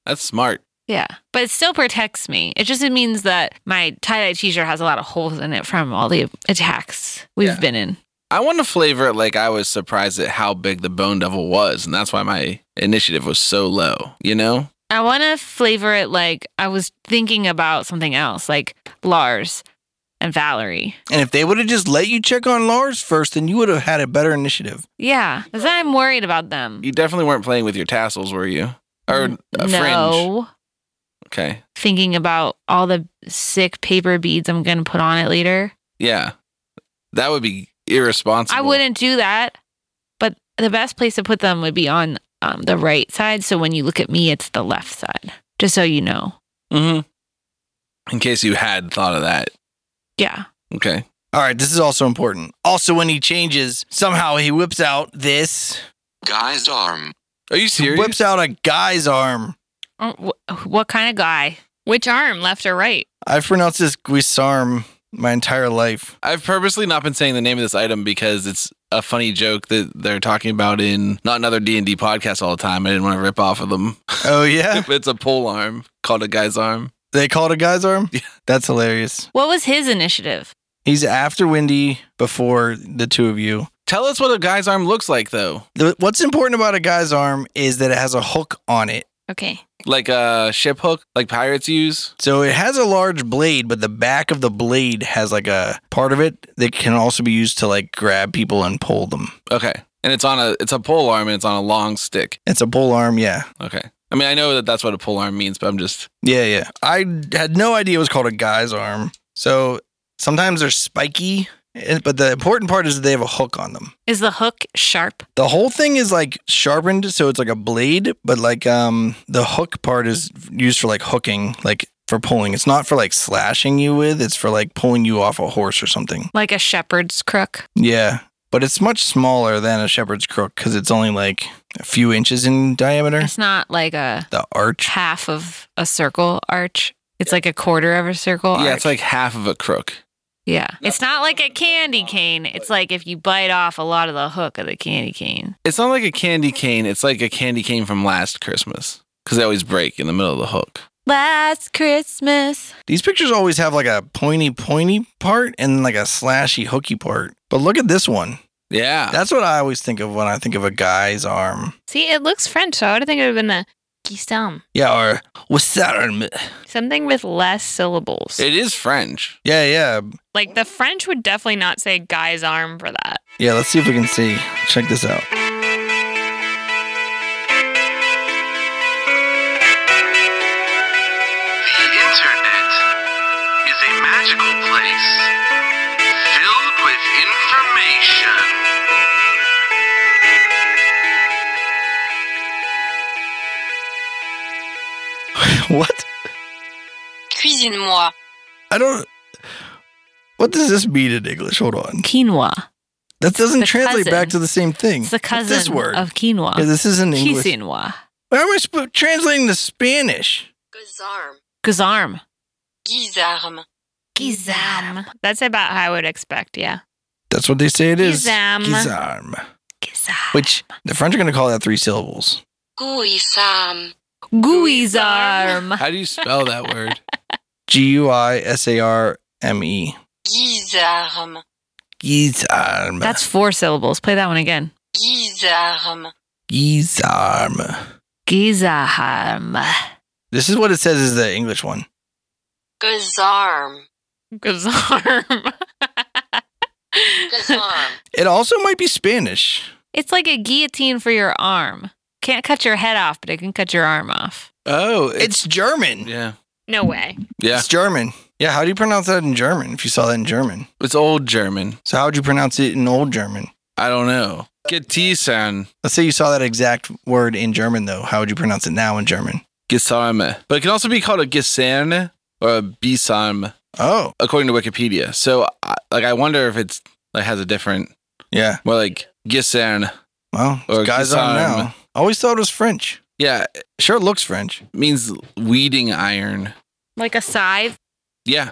[SPEAKER 2] That's smart.
[SPEAKER 4] yeah, but it still protects me. It just means that my tie-dye t-shirt has a lot of holes in it from all the attacks we've
[SPEAKER 2] Yeah.
[SPEAKER 4] been in.
[SPEAKER 2] I want to flavor it like I was surprised at how big the Bone Devil was, and that's why my initiative was so low. You know,
[SPEAKER 4] I want to flavor it like I was thinking about something else, like Lars and Valerie.
[SPEAKER 1] And if they would have just let you check on Lars first, then you would have had a better initiative.
[SPEAKER 4] Yeah, because I'm worried about them.
[SPEAKER 2] you definitely weren't playing with your tassels, were you? Or
[SPEAKER 4] N-
[SPEAKER 2] a fringe?
[SPEAKER 4] no,
[SPEAKER 2] Okay.
[SPEAKER 4] thinking about all the sick paper beads I'm gonna put on it later.
[SPEAKER 2] Yeah, that would be irresponsible.
[SPEAKER 4] I wouldn't do that. But the best place to put them would be on um, the right side. So when you look at me, it's the left side, just so you know.
[SPEAKER 2] hmm Mm-hmm. In case you had thought of that.
[SPEAKER 4] Yeah.
[SPEAKER 2] Okay.
[SPEAKER 1] All right, this is also important. Also, when he changes, somehow he whips out this.
[SPEAKER 8] Guy's arm.
[SPEAKER 2] Are you
[SPEAKER 1] He
[SPEAKER 2] serious?
[SPEAKER 1] whips out a guy's arm.
[SPEAKER 4] Uh, wh- What kind of guy?
[SPEAKER 5] Which arm, left or right?
[SPEAKER 1] I've pronounced this guisarm my entire life.
[SPEAKER 2] I've purposely not been saying the name of this item because it's a funny joke that they're talking about in not another D and D podcast all the time. I didn't want to rip off of them.
[SPEAKER 1] Oh yeah,
[SPEAKER 2] it's a pole arm called a guy's arm.
[SPEAKER 1] they call it a guy's arm.
[SPEAKER 2] Yeah.
[SPEAKER 1] That's hilarious.
[SPEAKER 4] What was his initiative?
[SPEAKER 1] He's after Wendy before the two of you.
[SPEAKER 2] Tell us what a guy's arm looks like, though.
[SPEAKER 1] The- What's important about a guy's arm is that it has a hook on it.
[SPEAKER 5] Okay.
[SPEAKER 2] Like a ship hook, like pirates use.
[SPEAKER 1] So it has a large blade, but the back of the blade has like a part of it that can also be used to like grab people and pull them.
[SPEAKER 2] Okay, and it's on a it's a pole arm and it's on a long stick.
[SPEAKER 1] It's a pole arm, yeah.
[SPEAKER 2] Okay, I mean I know that that's what a pole arm means, but I'm just
[SPEAKER 1] Yeah, yeah. I had no idea it was called a guy's arm. So sometimes they're spiky, eh, but the important part is that they have a hook on them.
[SPEAKER 4] Is the hook sharp?
[SPEAKER 1] The whole thing is like sharpened, so it's like a blade, but like um the hook part is used for like hooking, like for pulling. It's not for like slashing you with, it's for like pulling you off a horse or something.
[SPEAKER 4] Like a shepherd's crook?
[SPEAKER 1] Yeah. But it's much smaller than a shepherd's crook because it's only like a few inches in diameter.
[SPEAKER 4] It's not like a
[SPEAKER 1] The arch.
[SPEAKER 4] half of a circle arch. It's like a quarter of a circle.
[SPEAKER 2] yeah,
[SPEAKER 4] arch.
[SPEAKER 2] it's like half of a crook.
[SPEAKER 4] yeah. It's not like a candy cane. It's like if you bite off a lot of the hook of the candy cane.
[SPEAKER 2] It's not like a candy cane. It's like a candy cane from last Christmas because they always break in the middle of the hook.
[SPEAKER 4] Last Christmas.
[SPEAKER 1] These pictures always have like a pointy, pointy part and like a slashy, hooky part. But look at this one.
[SPEAKER 2] Yeah,
[SPEAKER 1] That's what I always think of when I think of a guy's arm.
[SPEAKER 5] See, it looks French, so I would think it would have been a guistam.
[SPEAKER 1] Yeah, or what's that arm?
[SPEAKER 5] Something with less syllables.
[SPEAKER 2] it is French.
[SPEAKER 1] Yeah, yeah.
[SPEAKER 5] like the French would definitely not say guy's arm for that.
[SPEAKER 1] Yeah, let's see if we can see. Check this out.
[SPEAKER 9] The internet is a magical place filled with information.
[SPEAKER 1] What?
[SPEAKER 6] Cuisine-moi.
[SPEAKER 1] I don't. What does this mean in English? Hold on.
[SPEAKER 4] Quinoa.
[SPEAKER 1] That doesn't
[SPEAKER 4] The
[SPEAKER 1] translate
[SPEAKER 4] cousin.
[SPEAKER 1] back to the same thing.
[SPEAKER 4] It's the
[SPEAKER 1] What's
[SPEAKER 4] cousin
[SPEAKER 1] this word.
[SPEAKER 4] of um, quinoa.
[SPEAKER 1] yeah, this isn't English.
[SPEAKER 4] Quinoa.
[SPEAKER 1] Why am I sp- translating to Spanish?
[SPEAKER 6] Gozarm.
[SPEAKER 4] Gazarm.
[SPEAKER 6] Guisarme.
[SPEAKER 5] That's about how I would expect, yeah.
[SPEAKER 1] That's what they say it is.
[SPEAKER 5] Gizam.
[SPEAKER 1] Gizarm.
[SPEAKER 4] Giza-
[SPEAKER 1] Which the French are going to call that three syllables.
[SPEAKER 8] Gooey-sam.
[SPEAKER 4] Guizarm.
[SPEAKER 2] How do you spell that word?
[SPEAKER 1] G U I S A R M E.
[SPEAKER 8] Guisarme.
[SPEAKER 1] Gizarm.
[SPEAKER 4] That's four syllables. Play that one again.
[SPEAKER 8] Guisarme.
[SPEAKER 1] Gizarm.
[SPEAKER 4] Gizaharm.
[SPEAKER 1] This is what it says is the English one.
[SPEAKER 8] Gazarm.
[SPEAKER 5] Gazarm.
[SPEAKER 8] Gazarm.
[SPEAKER 1] It also might be Spanish.
[SPEAKER 4] It's like a guillotine for your arm. Can't cut your head off, but it can cut your arm off.
[SPEAKER 2] Oh, it's,
[SPEAKER 1] It's German.
[SPEAKER 2] yeah,
[SPEAKER 5] no way.
[SPEAKER 2] yeah.
[SPEAKER 1] It's German. Yeah, how do you pronounce that in German if you saw that in German?
[SPEAKER 2] It's old German.
[SPEAKER 1] So how would you pronounce it in old German?
[SPEAKER 2] I don't know. Getisen,
[SPEAKER 1] Let's say you saw that exact word in German though. How would you pronounce it now in German?
[SPEAKER 2] Gesarme, but it can also be called a Gesern or a Bisarm,
[SPEAKER 1] Oh,
[SPEAKER 2] according to Wikipedia. So, I- like, I wonder if it's like has a different,
[SPEAKER 1] yeah.
[SPEAKER 2] more like Gesern.
[SPEAKER 1] Well,
[SPEAKER 2] Or
[SPEAKER 1] guys on
[SPEAKER 2] Gizarm.
[SPEAKER 1] now. Always thought it was French.
[SPEAKER 2] Yeah, it
[SPEAKER 1] Sure looks French.
[SPEAKER 2] means weeding iron.
[SPEAKER 4] Like a scythe.
[SPEAKER 2] Yeah,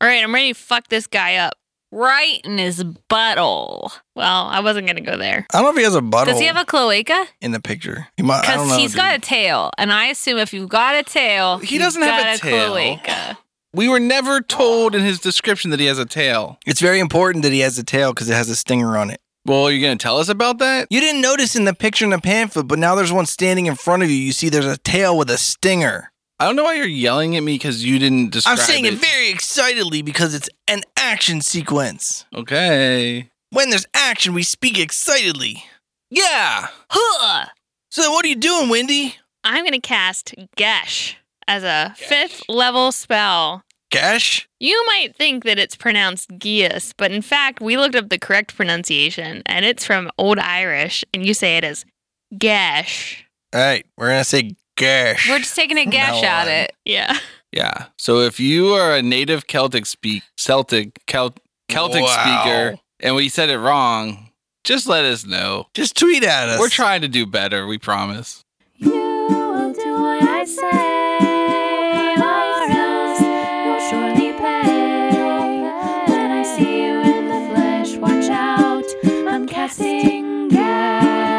[SPEAKER 5] All right, I'm ready to fuck this guy up.
[SPEAKER 4] Right in his butthole.
[SPEAKER 5] Well, I wasn't gonna go there.
[SPEAKER 1] I don't know if he has a butthole
[SPEAKER 4] Does he have a cloaca?
[SPEAKER 1] in the picture. He might, I don't
[SPEAKER 4] Because
[SPEAKER 1] know.
[SPEAKER 4] he's
[SPEAKER 1] dude.
[SPEAKER 4] got a tail. And I assume if you've got a tail,
[SPEAKER 2] He
[SPEAKER 4] you've
[SPEAKER 2] doesn't have
[SPEAKER 4] got
[SPEAKER 2] a tail.
[SPEAKER 4] cloaca.
[SPEAKER 2] we were never told in his description that he has a tail.
[SPEAKER 1] It's very important that he has a tail because it has a stinger on it.
[SPEAKER 2] Well, are you gonna tell us about that?
[SPEAKER 1] You didn't notice in the picture in the pamphlet, but now there's one standing in front of you. You see there's a tail with a stinger.
[SPEAKER 2] I don't know why you're yelling at me because you didn't describe.
[SPEAKER 1] I'm saying it very excitedly because it's an action sequence.
[SPEAKER 2] Okay.
[SPEAKER 1] When there's action, we speak excitedly.
[SPEAKER 2] Yeah.
[SPEAKER 4] Huh.
[SPEAKER 1] So what are you doing, Wendy?
[SPEAKER 5] I'm gonna cast Gesh as a fifth level spell.
[SPEAKER 1] Gash?
[SPEAKER 5] You might think that it's pronounced Gius, but in fact, we looked up the correct pronunciation, and it's from Old Irish, and you say it as Gesh.
[SPEAKER 1] All right, we're gonna say gash.
[SPEAKER 4] We're just taking a
[SPEAKER 1] From
[SPEAKER 4] gash
[SPEAKER 1] now
[SPEAKER 4] at
[SPEAKER 1] on.
[SPEAKER 4] it.
[SPEAKER 5] Yeah.
[SPEAKER 2] Yeah. So if you are a native Celtic speak Celtic Kel- Celtic
[SPEAKER 1] Wow.
[SPEAKER 2] speaker and we said it wrong, just let us know.
[SPEAKER 1] just tweet at us.
[SPEAKER 2] We're trying to do better, we promise.
[SPEAKER 6] You will do what I say, or else you'll surely pay. When I see you in the flesh, watch out, I'm casting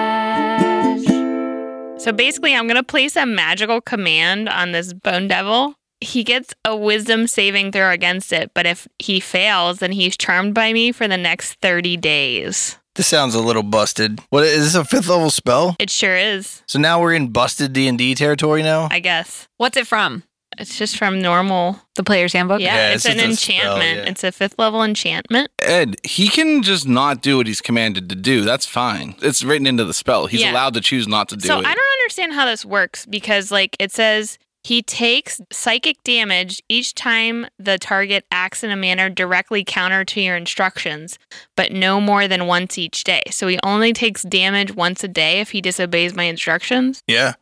[SPEAKER 6] gash.
[SPEAKER 5] So basically, I'm gonna place a magical command on this bone devil. He gets a wisdom saving throw against it, but if he fails, then he's charmed by me for the next 30 days.
[SPEAKER 1] This sounds a little busted. What is this a fifth level spell?
[SPEAKER 5] It sure is,
[SPEAKER 1] So now we're in busted D and D territory now.
[SPEAKER 5] I guess.
[SPEAKER 4] What's it from?
[SPEAKER 5] It's just from normal.
[SPEAKER 4] The player's handbook?
[SPEAKER 5] Yeah,
[SPEAKER 1] Yeah,
[SPEAKER 5] it's,
[SPEAKER 1] it's
[SPEAKER 5] an
[SPEAKER 1] just a spell,
[SPEAKER 5] enchantment.
[SPEAKER 1] yeah.
[SPEAKER 5] It's a fifth level enchantment.
[SPEAKER 2] Ed, he can just not do what he's commanded to do. That's fine. It's written into the spell. He's
[SPEAKER 5] Yeah.
[SPEAKER 2] allowed to choose not to do
[SPEAKER 5] so
[SPEAKER 2] it.
[SPEAKER 5] I don't understand how this works because, like, it says he takes psychic damage each time the target acts in a manner directly counter to your instructions, but no more than once each day. So he only takes damage once a day if he disobeys my instructions.
[SPEAKER 1] Yeah.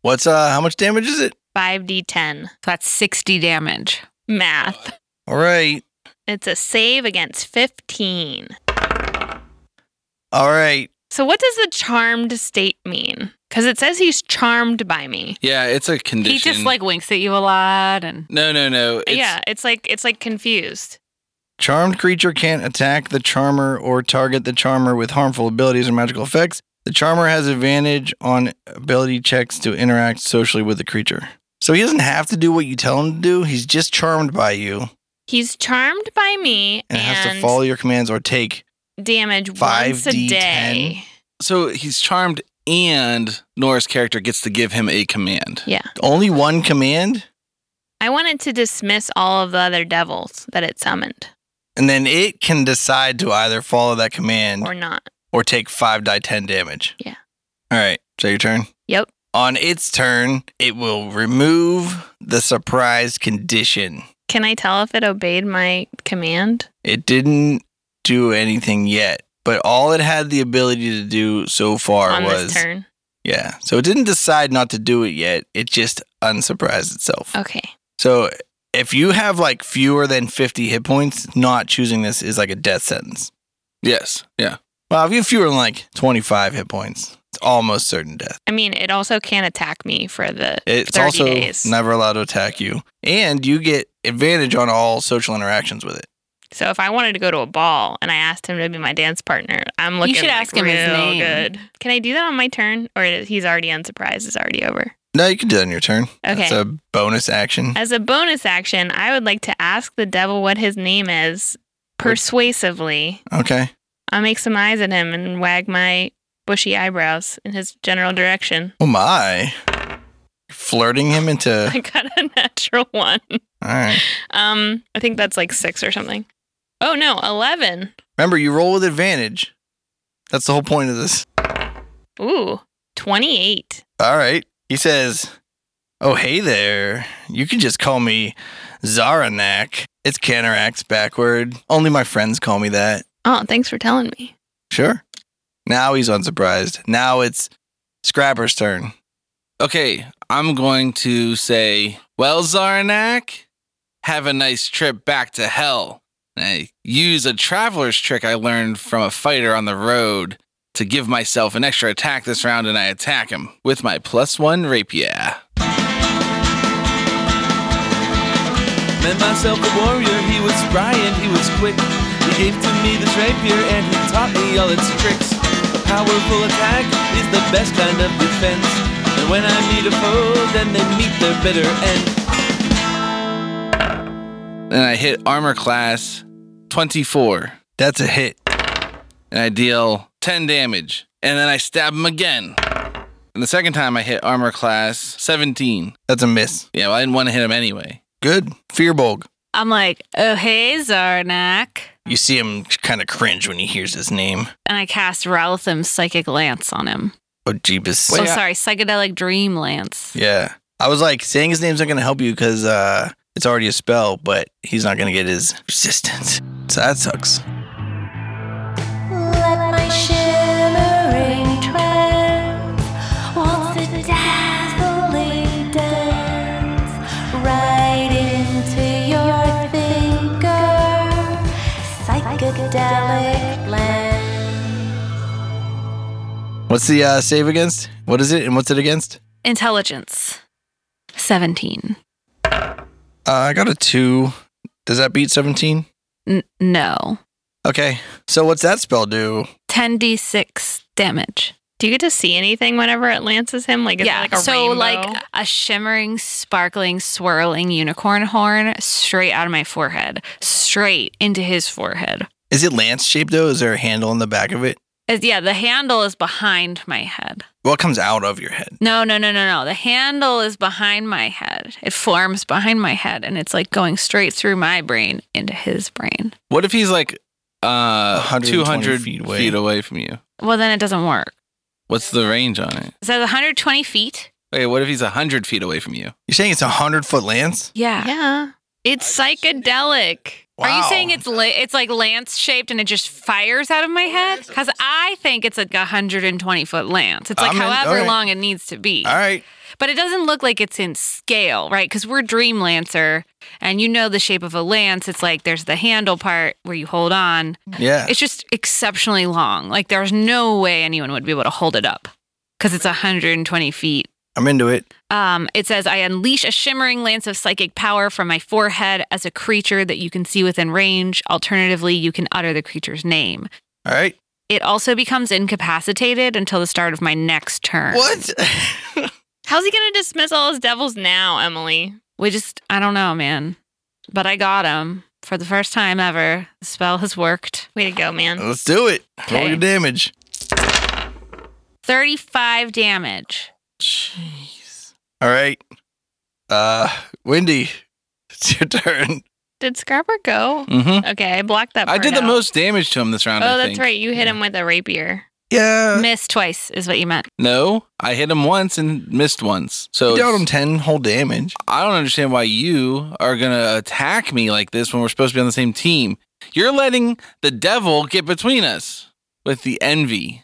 [SPEAKER 1] What's uh? How much damage is it?
[SPEAKER 5] 5d10
[SPEAKER 4] So that's 60 damage.
[SPEAKER 5] math.
[SPEAKER 1] All right.
[SPEAKER 5] It's a save against 15.
[SPEAKER 1] All right.
[SPEAKER 5] So what does the charmed state mean? Because it says he's charmed by me.
[SPEAKER 2] yeah, it's a condition.
[SPEAKER 4] He just like winks at you a lot and
[SPEAKER 2] No, no, no. It's,
[SPEAKER 5] yeah, it's like it's like confused.
[SPEAKER 1] Charmed creature can't attack the charmer or target the charmer with harmful abilities or magical effects. The charmer has advantage on ability checks to interact socially with the creature. So he doesn't have to do what you tell him to do. He's just charmed by you
[SPEAKER 5] He's charmed by me
[SPEAKER 1] and
[SPEAKER 5] and,
[SPEAKER 1] has to follow your commands or take
[SPEAKER 5] damage
[SPEAKER 1] Five
[SPEAKER 5] once a
[SPEAKER 1] D10.
[SPEAKER 5] day.
[SPEAKER 2] So he's charmed and Nora's character gets to give him a command.
[SPEAKER 1] only one command,
[SPEAKER 5] I wanted to dismiss all of the other devils that it summoned
[SPEAKER 1] and then it can decide to either follow that command
[SPEAKER 5] or not.
[SPEAKER 1] or take five die ten damage.
[SPEAKER 5] Yeah.
[SPEAKER 1] All right. So your turn.
[SPEAKER 5] Yep.
[SPEAKER 1] On its turn, it will remove the surprise condition.
[SPEAKER 5] Can I tell if it obeyed my command?
[SPEAKER 1] It didn't do anything yet, but all it had the ability to do so far
[SPEAKER 5] on
[SPEAKER 1] was
[SPEAKER 5] this turn.
[SPEAKER 1] yeah. So it didn't decide not to do it yet. It just unsurprised itself.
[SPEAKER 5] Okay.
[SPEAKER 1] So if you have like fewer than 50 hit points, not choosing this is like a death sentence.
[SPEAKER 2] Yes. Yeah.
[SPEAKER 1] Well, if you have fewer than like 25 hit points, it's almost certain death.
[SPEAKER 5] I mean, it also can't attack me for the
[SPEAKER 1] It's
[SPEAKER 5] 30
[SPEAKER 1] also
[SPEAKER 5] days.
[SPEAKER 1] never allowed to attack you, and you get advantage on all social interactions with it.
[SPEAKER 5] So if I wanted to go to a ball and I asked him to be my dance partner, I'm looking.
[SPEAKER 4] should
[SPEAKER 5] like,
[SPEAKER 4] ask him his
[SPEAKER 5] real
[SPEAKER 4] name.
[SPEAKER 5] Good. Can I do that on my turn, or is- he's already unsurprised? It's already over.
[SPEAKER 1] No, you can do it on your turn.
[SPEAKER 5] Okay.
[SPEAKER 1] That's a bonus action.
[SPEAKER 5] As a bonus action, I would like to ask the devil what his name is persuasively.
[SPEAKER 1] Okay.
[SPEAKER 5] I'll make some eyes at him and wag my bushy eyebrows in his general direction.
[SPEAKER 1] Oh my. Flirting him into.
[SPEAKER 5] I got a natural one.
[SPEAKER 1] All right.
[SPEAKER 5] Um, I think that's like six or something. Oh no, eleven.
[SPEAKER 1] Remember, you roll with advantage. That's the whole point of this.
[SPEAKER 5] Ooh, twenty-eight.
[SPEAKER 1] All right. He says, Oh, hey there. You can just call me Zaranak. It's Canarax backward. Only my friends call me that.
[SPEAKER 5] Oh, thanks for telling me.
[SPEAKER 1] Sure. Now he's unsurprised. Now it's Scrapper's turn.
[SPEAKER 2] Okay, I'm going to say, Well, Zarnak, have a nice trip back to hell. And I use a traveler's trick I learned from a fighter on the road to give myself an extra attack this round, and I attack him with my plus one rapier. Met myself a warrior, he was spry and he was quick. He gave to me this rapier and he taught me all its tricks. A powerful attack is the best kind of defense. And when I meet a foe, then they meet their bitter end. And I hit armor class 24
[SPEAKER 1] That's a hit.
[SPEAKER 2] and I deal 10 damage. And then I stab him again. And the second time I hit armor class 17.
[SPEAKER 1] That's a miss.
[SPEAKER 2] Yeah, well, I didn't want to hit him anyway.
[SPEAKER 1] Good. Fearbulg.
[SPEAKER 4] I'm like, oh, hey, Zarnak.
[SPEAKER 1] You see him kind of cringe when he hears his name.
[SPEAKER 4] And I cast Ralitham's Psychic Lance on him.
[SPEAKER 1] Oh, Jeebus.
[SPEAKER 4] oh, sorry, Psychedelic Dream Lance.
[SPEAKER 1] Yeah. I was like, saying his name's not going to help you because uh, it's already a spell, but he's not going to get his resistance. So that sucks.
[SPEAKER 10] Let my shimmering trance waltz a dazzling dance right into your finger, psychedelic land.
[SPEAKER 1] What's the uh, save against? What is it and what's it against?
[SPEAKER 4] Intelligence. 17.
[SPEAKER 1] Uh, I got a two. Does that beat 17?
[SPEAKER 4] N- no.
[SPEAKER 1] Okay. So what's that spell do?
[SPEAKER 4] 10d6 damage.
[SPEAKER 5] Do you get to see anything whenever it lances him? Like, is yeah.
[SPEAKER 4] yeah.
[SPEAKER 5] It like a
[SPEAKER 4] so
[SPEAKER 5] rainbow?
[SPEAKER 4] like a shimmering, sparkling, swirling unicorn horn straight out of my forehead, straight into his forehead.
[SPEAKER 1] Is it lance shaped though? Is there a handle in the back of it?
[SPEAKER 4] Uh, Yeah, the handle is behind my head.
[SPEAKER 1] What comes out of your head?
[SPEAKER 4] No, no, no, no, no. The handle is behind my head. It forms behind my head and it's like going straight through my brain into his brain.
[SPEAKER 2] What if he's like uh
[SPEAKER 1] 120
[SPEAKER 2] 200
[SPEAKER 1] feet
[SPEAKER 2] feet
[SPEAKER 1] away.
[SPEAKER 2] away. from you?
[SPEAKER 4] Well, then it doesn't work.
[SPEAKER 2] What's the range on it?
[SPEAKER 4] It says 120 feet.
[SPEAKER 2] Okay, what if he's 100 feet away from you?
[SPEAKER 1] You're saying it's a hundred foot lance?
[SPEAKER 4] Yeah.
[SPEAKER 5] yeah, uh, it's psychedelic.
[SPEAKER 4] Are you
[SPEAKER 1] Wow.
[SPEAKER 4] saying it's la- it's like lance shaped and it just fires out of my head? Because I think it's like a 120 foot lance. It's like
[SPEAKER 1] I'm in-
[SPEAKER 4] however
[SPEAKER 1] alright.
[SPEAKER 4] long it needs to be.
[SPEAKER 1] All right.
[SPEAKER 4] But it doesn't look like it's in scale, right? Because we're Dream Lancer and you know the shape of a lance. It's like there's the handle part where you hold on.
[SPEAKER 1] Yeah.
[SPEAKER 4] It's just exceptionally long. Like there's no way anyone would be able to hold it up because it's 120 feet
[SPEAKER 1] I'm into it.
[SPEAKER 4] um, it says, I unleash a shimmering lance of psychic power from my forehead as a creature that you can see within range. Alternatively, you can utter the creature's name.
[SPEAKER 1] All right.
[SPEAKER 4] It also becomes incapacitated until the start of my next turn.
[SPEAKER 1] What?
[SPEAKER 5] How's he gonna dismiss all his devils now, Emily?
[SPEAKER 4] We just, I don't know, man. But I got him for the first time ever. The spell has worked.
[SPEAKER 5] Way to go,
[SPEAKER 2] Uh,
[SPEAKER 5] man.
[SPEAKER 1] Let's do it. Roll
[SPEAKER 4] Okay.
[SPEAKER 1] your damage.
[SPEAKER 4] 35 damage.
[SPEAKER 1] Jeez. All right. Uh, Wendy, it's your turn.
[SPEAKER 5] Did Scrapper go?
[SPEAKER 2] Mm-hmm.
[SPEAKER 5] Okay, I blocked that.
[SPEAKER 2] I
[SPEAKER 5] part
[SPEAKER 2] did the
[SPEAKER 5] out.
[SPEAKER 2] most damage to him this round.
[SPEAKER 5] Oh,
[SPEAKER 2] I
[SPEAKER 5] that's
[SPEAKER 2] think.
[SPEAKER 5] right. You hit him with a rapier.
[SPEAKER 1] Yeah.
[SPEAKER 4] Missed twice is what you meant.
[SPEAKER 2] No, I hit him once and missed once. So
[SPEAKER 1] You dealt
[SPEAKER 2] it's-
[SPEAKER 1] him ten whole damage.
[SPEAKER 2] I don't understand why you are gonna attack me like this when we're supposed to be on the same team. You're letting the devil get between us with the envy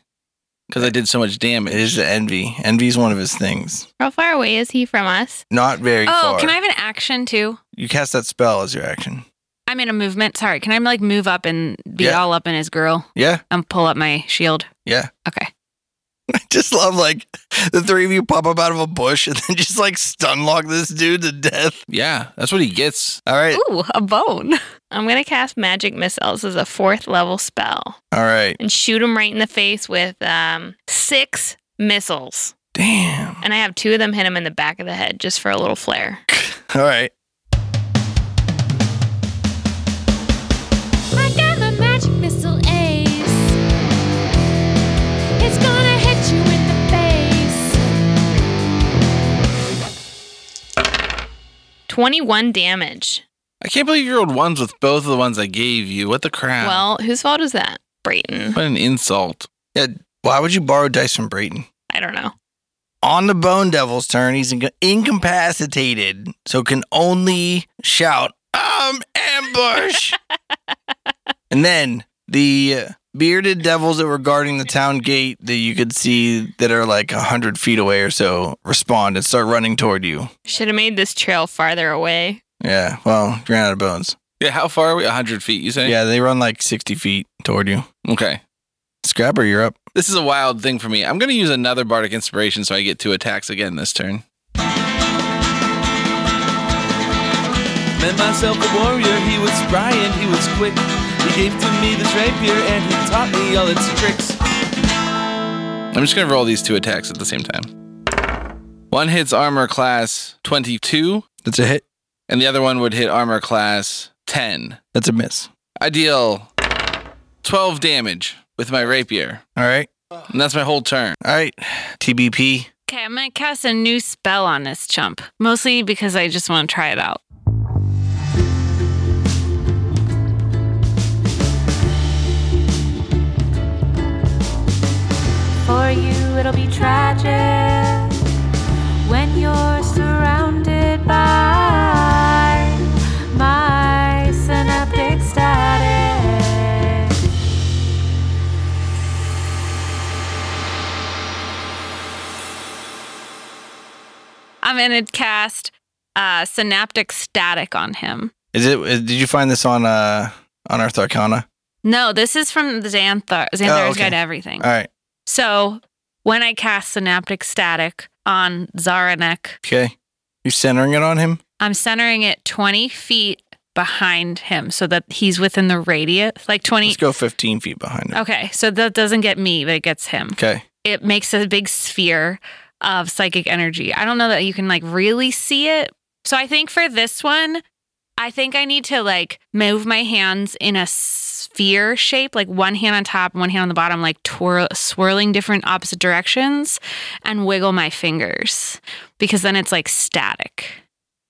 [SPEAKER 2] because I did so much
[SPEAKER 1] It
[SPEAKER 2] damage.
[SPEAKER 1] is the envy. Envy is one of his things.
[SPEAKER 5] How far away is he from us?
[SPEAKER 1] Not very
[SPEAKER 4] oh,
[SPEAKER 1] far.
[SPEAKER 4] can I have an action too?
[SPEAKER 1] You cast that spell as your action.
[SPEAKER 4] I'm in a movement. Sorry. Can I like move up and be
[SPEAKER 1] Yeah.
[SPEAKER 4] all up in his grill
[SPEAKER 1] Yeah.
[SPEAKER 4] and pull up my shield?
[SPEAKER 1] Yeah.
[SPEAKER 4] Okay.
[SPEAKER 1] I just love like the three of you pop up out of a bush and then just like stun lock this dude to death.
[SPEAKER 2] Yeah, that's what he gets.
[SPEAKER 1] All right.
[SPEAKER 4] Ooh, a bone.
[SPEAKER 5] I'm going to cast Magic Missiles as a fourth level spell
[SPEAKER 1] All right.
[SPEAKER 5] and shoot him right in the face with um, six missiles.
[SPEAKER 1] Damn.
[SPEAKER 5] And I have two of them hit him in the back of the head just for a little flare.
[SPEAKER 1] All right.
[SPEAKER 10] I got my magic missile ace. It's gonna hit you in the face.
[SPEAKER 5] 21 damage.
[SPEAKER 2] I can't believe you rolled ones with both of the ones I gave you. What the crap?
[SPEAKER 5] Well, whose fault is that? Brayton.
[SPEAKER 2] what an insult.
[SPEAKER 1] Yeah. Why would you borrow dice from Brayton?
[SPEAKER 5] I don't know.
[SPEAKER 1] On the Bone Devil's turn, he's inc- incapacitated, so can only shout, "I'm ambush!" and then the bearded devils that were guarding the town gate that you could see that are like a hundred feet away or so respond and start running toward you.
[SPEAKER 5] Should have made this trail farther away.
[SPEAKER 1] Yeah, well, you ran out of bones.
[SPEAKER 2] Yeah, how far are we? 100 feet, you say?
[SPEAKER 1] Yeah, they run like sixty feet toward you.
[SPEAKER 2] Okay.
[SPEAKER 1] Scrapper, you're up.
[SPEAKER 2] This is a wild thing for me. I'm going to use another Bardic Inspiration so I get two attacks again this turn.
[SPEAKER 11] Met myself a warrior, he was spry and he was quick. He gave to me this rapier and he taught me all its tricks.
[SPEAKER 2] I'm just going to roll these two attacks at the same time. One hits armor class 22,
[SPEAKER 1] That's a hit.
[SPEAKER 2] and the other one would hit armor class 10.
[SPEAKER 1] That's a miss.
[SPEAKER 2] I deal 12 damage with my rapier,
[SPEAKER 1] All right,
[SPEAKER 2] and that's my whole turn.
[SPEAKER 1] all right. TBP.
[SPEAKER 4] Okay, I'm gonna cast a new spell on this chump, mostly because I just want to try it out.
[SPEAKER 10] For you, it'll be tragic when you're surrounded by my synaptic static.
[SPEAKER 4] I'm gonna cast uh, synaptic static on him.
[SPEAKER 1] Is it? is- Did you find this on uh on Earth Arcana?
[SPEAKER 4] No, this is from the Xanthar, Xanthar's
[SPEAKER 1] okay. Uh.
[SPEAKER 4] Guide to Everything.
[SPEAKER 1] All right.
[SPEAKER 4] So when I cast synaptic static on Zaranek,
[SPEAKER 1] Okay. You centering it on him?
[SPEAKER 4] I'm centering it 20 feet behind him so that he's within the radius, like 20.
[SPEAKER 1] Let's go 15 feet behind him.
[SPEAKER 4] Okay, so that doesn't get me, but it gets him.
[SPEAKER 1] Okay.
[SPEAKER 4] It makes a big sphere of psychic energy. I don't know that you can like really see it. So I think for this one, I think I need to like move my hands in a sphere shape, like one hand on top and one hand on the bottom, like twirl- swirling different opposite directions and wiggle my fingers because then it's like static.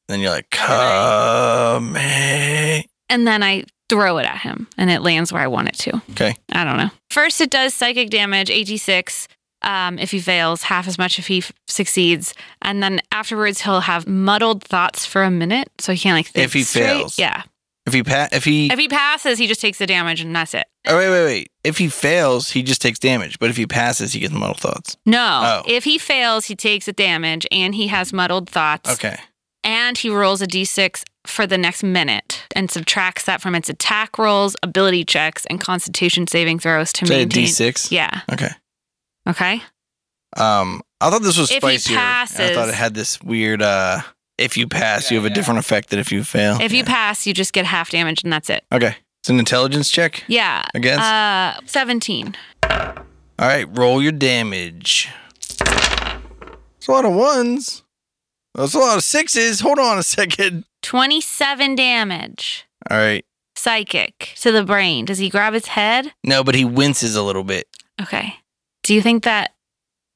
[SPEAKER 1] Then you're like, come eh."
[SPEAKER 4] and then I throw it at him and it lands where I want it to.
[SPEAKER 1] Okay.
[SPEAKER 4] I don't know. First, it does psychic damage, 86. Um, if he fails, half as much if he f- succeeds. And then afterwards, he'll have muddled thoughts for a minute. So he can't like think
[SPEAKER 1] If he
[SPEAKER 4] straight.
[SPEAKER 1] fails.
[SPEAKER 4] Yeah.
[SPEAKER 1] If he pa- if he
[SPEAKER 4] If he passes, he just takes the damage and that's it.
[SPEAKER 1] oh wait wait wait if he fails he just takes damage but if he passes he gets muddle thoughts.
[SPEAKER 4] No.
[SPEAKER 1] Oh.
[SPEAKER 4] If he fails, he takes the damage and he has muddled thoughts.
[SPEAKER 1] Okay.
[SPEAKER 4] and he rolls a d6 for the next minute and subtracts that from its attack rolls, ability checks, and constitution saving throws to
[SPEAKER 1] Say a
[SPEAKER 4] maintain.
[SPEAKER 1] D6?
[SPEAKER 4] Yeah.
[SPEAKER 1] Okay.
[SPEAKER 4] Okay.
[SPEAKER 1] Um, I thought this was
[SPEAKER 4] If he
[SPEAKER 1] spicier. I thought
[SPEAKER 4] passes-
[SPEAKER 1] it had this weird uh, if you pass you have a different effect than if you fail.
[SPEAKER 4] If you
[SPEAKER 1] Yeah.
[SPEAKER 4] pass, you just get half damage and that's it.
[SPEAKER 1] okay, it's an intelligence check.
[SPEAKER 4] Yeah.
[SPEAKER 1] Against?
[SPEAKER 4] Uh, 17.
[SPEAKER 1] All right, roll your damage. It's a lot of ones. That's a lot of sixes. Hold on a second.
[SPEAKER 4] 27 damage.
[SPEAKER 1] All right.
[SPEAKER 4] Psychic to the brain. Does he grab his head?
[SPEAKER 1] No, but he winces a little bit.
[SPEAKER 4] Okay. Do you think that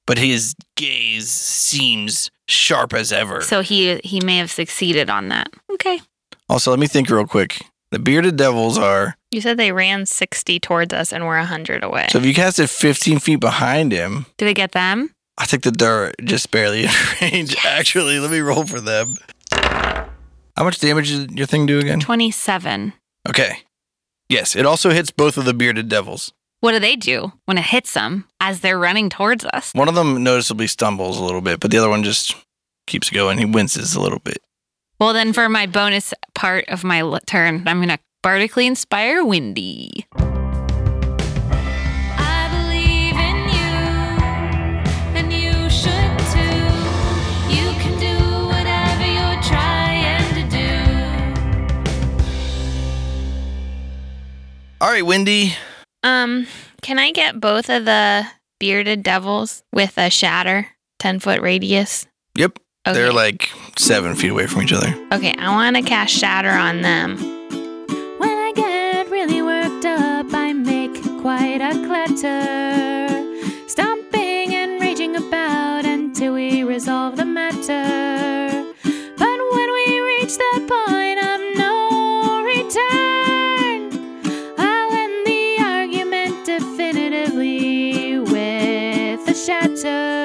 [SPEAKER 1] but his gaze seems sharp as ever.
[SPEAKER 4] so he he may have succeeded on that? Okay.
[SPEAKER 1] also, let me think real quick. The bearded devils are
[SPEAKER 5] You said they ran 60 towards us and we're 100 away.
[SPEAKER 1] so if you cast it 15 feet behind him,
[SPEAKER 4] Do we get them?
[SPEAKER 1] I think that they're just barely in range. Actually, let me roll for them. How much damage did your thing do again?
[SPEAKER 4] 27.
[SPEAKER 1] Okay. Yes, it also hits both of the bearded devils.
[SPEAKER 4] What do they do when it hits them as they're running towards us?
[SPEAKER 1] One of them noticeably stumbles a little bit, but the other one just keeps going. He winces a little bit.
[SPEAKER 4] Well, then for my bonus part of my l- turn, I'm going to bardically inspire Windy.
[SPEAKER 10] I believe in you.
[SPEAKER 1] right, Wendy.
[SPEAKER 5] Um, can I get both of the bearded devils with a shatter, ten foot radius?
[SPEAKER 1] Yep.
[SPEAKER 5] Okay.
[SPEAKER 1] They're like seven feet away from each other.
[SPEAKER 5] okay, I want to cast shatter on them.
[SPEAKER 10] When I get really worked up, I make quite a clatter. Stomping and raging about until we resolve the matter. But when we reach that point of no return, I'll end the argument definitively with a shatter.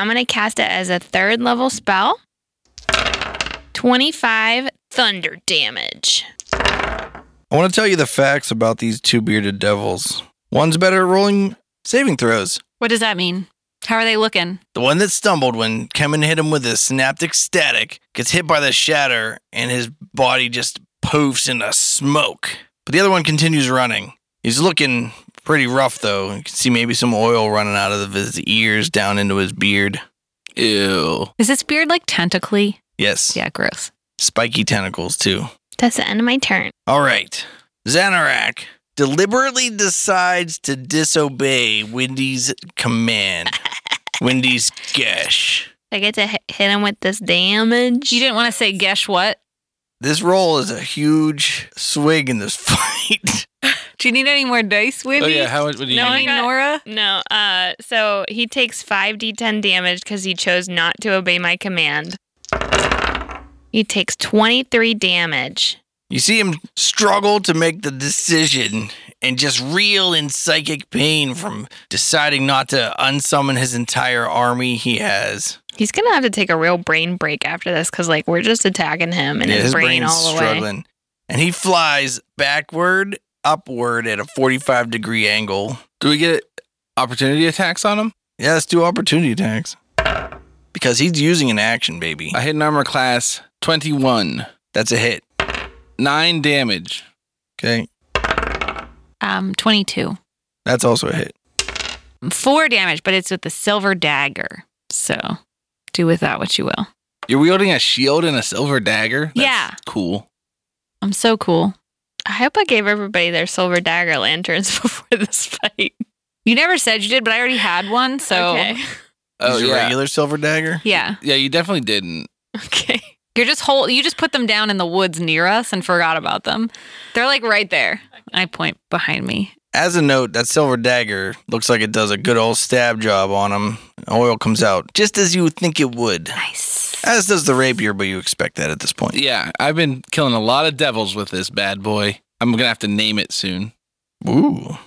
[SPEAKER 5] I'm gonna cast it as a third level spell. Twenty five thunder damage.
[SPEAKER 1] I want to tell you the facts about these two bearded devils. One's better at rolling saving throws.
[SPEAKER 4] What does that mean? How are they looking?
[SPEAKER 1] The one that stumbled when Kemen hit him with his synaptic static gets hit by the shatter and his body just poofs into smoke. But the other one continues running. He's looking pretty rough though. You can see maybe some oil running out of his ears down into his beard.
[SPEAKER 2] Ew.
[SPEAKER 4] Is this beard like tentacly?
[SPEAKER 1] Yes.
[SPEAKER 4] Yeah, gross.
[SPEAKER 1] Spiky tentacles too.
[SPEAKER 5] That's the end of my turn.
[SPEAKER 1] All right. Xanarak deliberately decides to disobey Wendy's command. Wendy's gesh.
[SPEAKER 5] I get to hit, hit him with this damage.
[SPEAKER 4] You didn't want to say guess what?
[SPEAKER 1] This roll is a huge swig in this fight.
[SPEAKER 4] Do you need any more dice, Wendy?
[SPEAKER 2] Oh yeah. How much? What do you?
[SPEAKER 5] No,
[SPEAKER 4] You
[SPEAKER 5] I
[SPEAKER 4] need
[SPEAKER 5] got-
[SPEAKER 4] Nora?
[SPEAKER 5] No, uh, so he takes 5d10 damage because he chose not to obey my command. He takes 23 damage.
[SPEAKER 1] you see him struggle to make the decision and just reel in psychic pain from deciding not to unsummon his entire army he has.
[SPEAKER 5] He's gonna have to take a real brain break after this because, like, we're just attacking him and
[SPEAKER 1] Yeah,
[SPEAKER 5] his, brain
[SPEAKER 1] brain's
[SPEAKER 5] all the way.
[SPEAKER 1] And he flies backward, upward at a 45 degree angle.
[SPEAKER 2] Do we get opportunity attacks on him?
[SPEAKER 1] Yeah, let's do opportunity attacks. Because he's using an action, baby.
[SPEAKER 2] I hit an armor class twenty one.
[SPEAKER 1] That's a hit.
[SPEAKER 2] Nine damage.
[SPEAKER 1] Okay.
[SPEAKER 4] Um, 22.
[SPEAKER 1] That's also a hit.
[SPEAKER 4] Four damage, but it's with the silver dagger. So do with that what you will.
[SPEAKER 2] You're wielding a shield and a silver dagger.
[SPEAKER 4] Yeah.
[SPEAKER 2] Cool.
[SPEAKER 4] I'm so cool.
[SPEAKER 5] I hope I gave everybody their silver dagger lanterns before this fight.
[SPEAKER 4] You never said you did, but I already had one. So
[SPEAKER 5] okay,
[SPEAKER 2] Oh
[SPEAKER 1] Is your
[SPEAKER 2] yeah.
[SPEAKER 1] regular silver dagger?
[SPEAKER 4] yeah.
[SPEAKER 2] Yeah, you definitely didn't.
[SPEAKER 5] okay.
[SPEAKER 4] You're just whole you just put them down in the woods near us and forgot about them. They're like right there. I point behind me.
[SPEAKER 1] As a note, that silver dagger looks like it does a good old stab job on him. Oil comes out just as you would think it would.
[SPEAKER 4] Nice.
[SPEAKER 1] As does the rapier, but you expect that at this point.
[SPEAKER 2] Yeah, I've been killing a lot of devils with this bad boy. I'm gonna have to name it soon.
[SPEAKER 1] Ooh.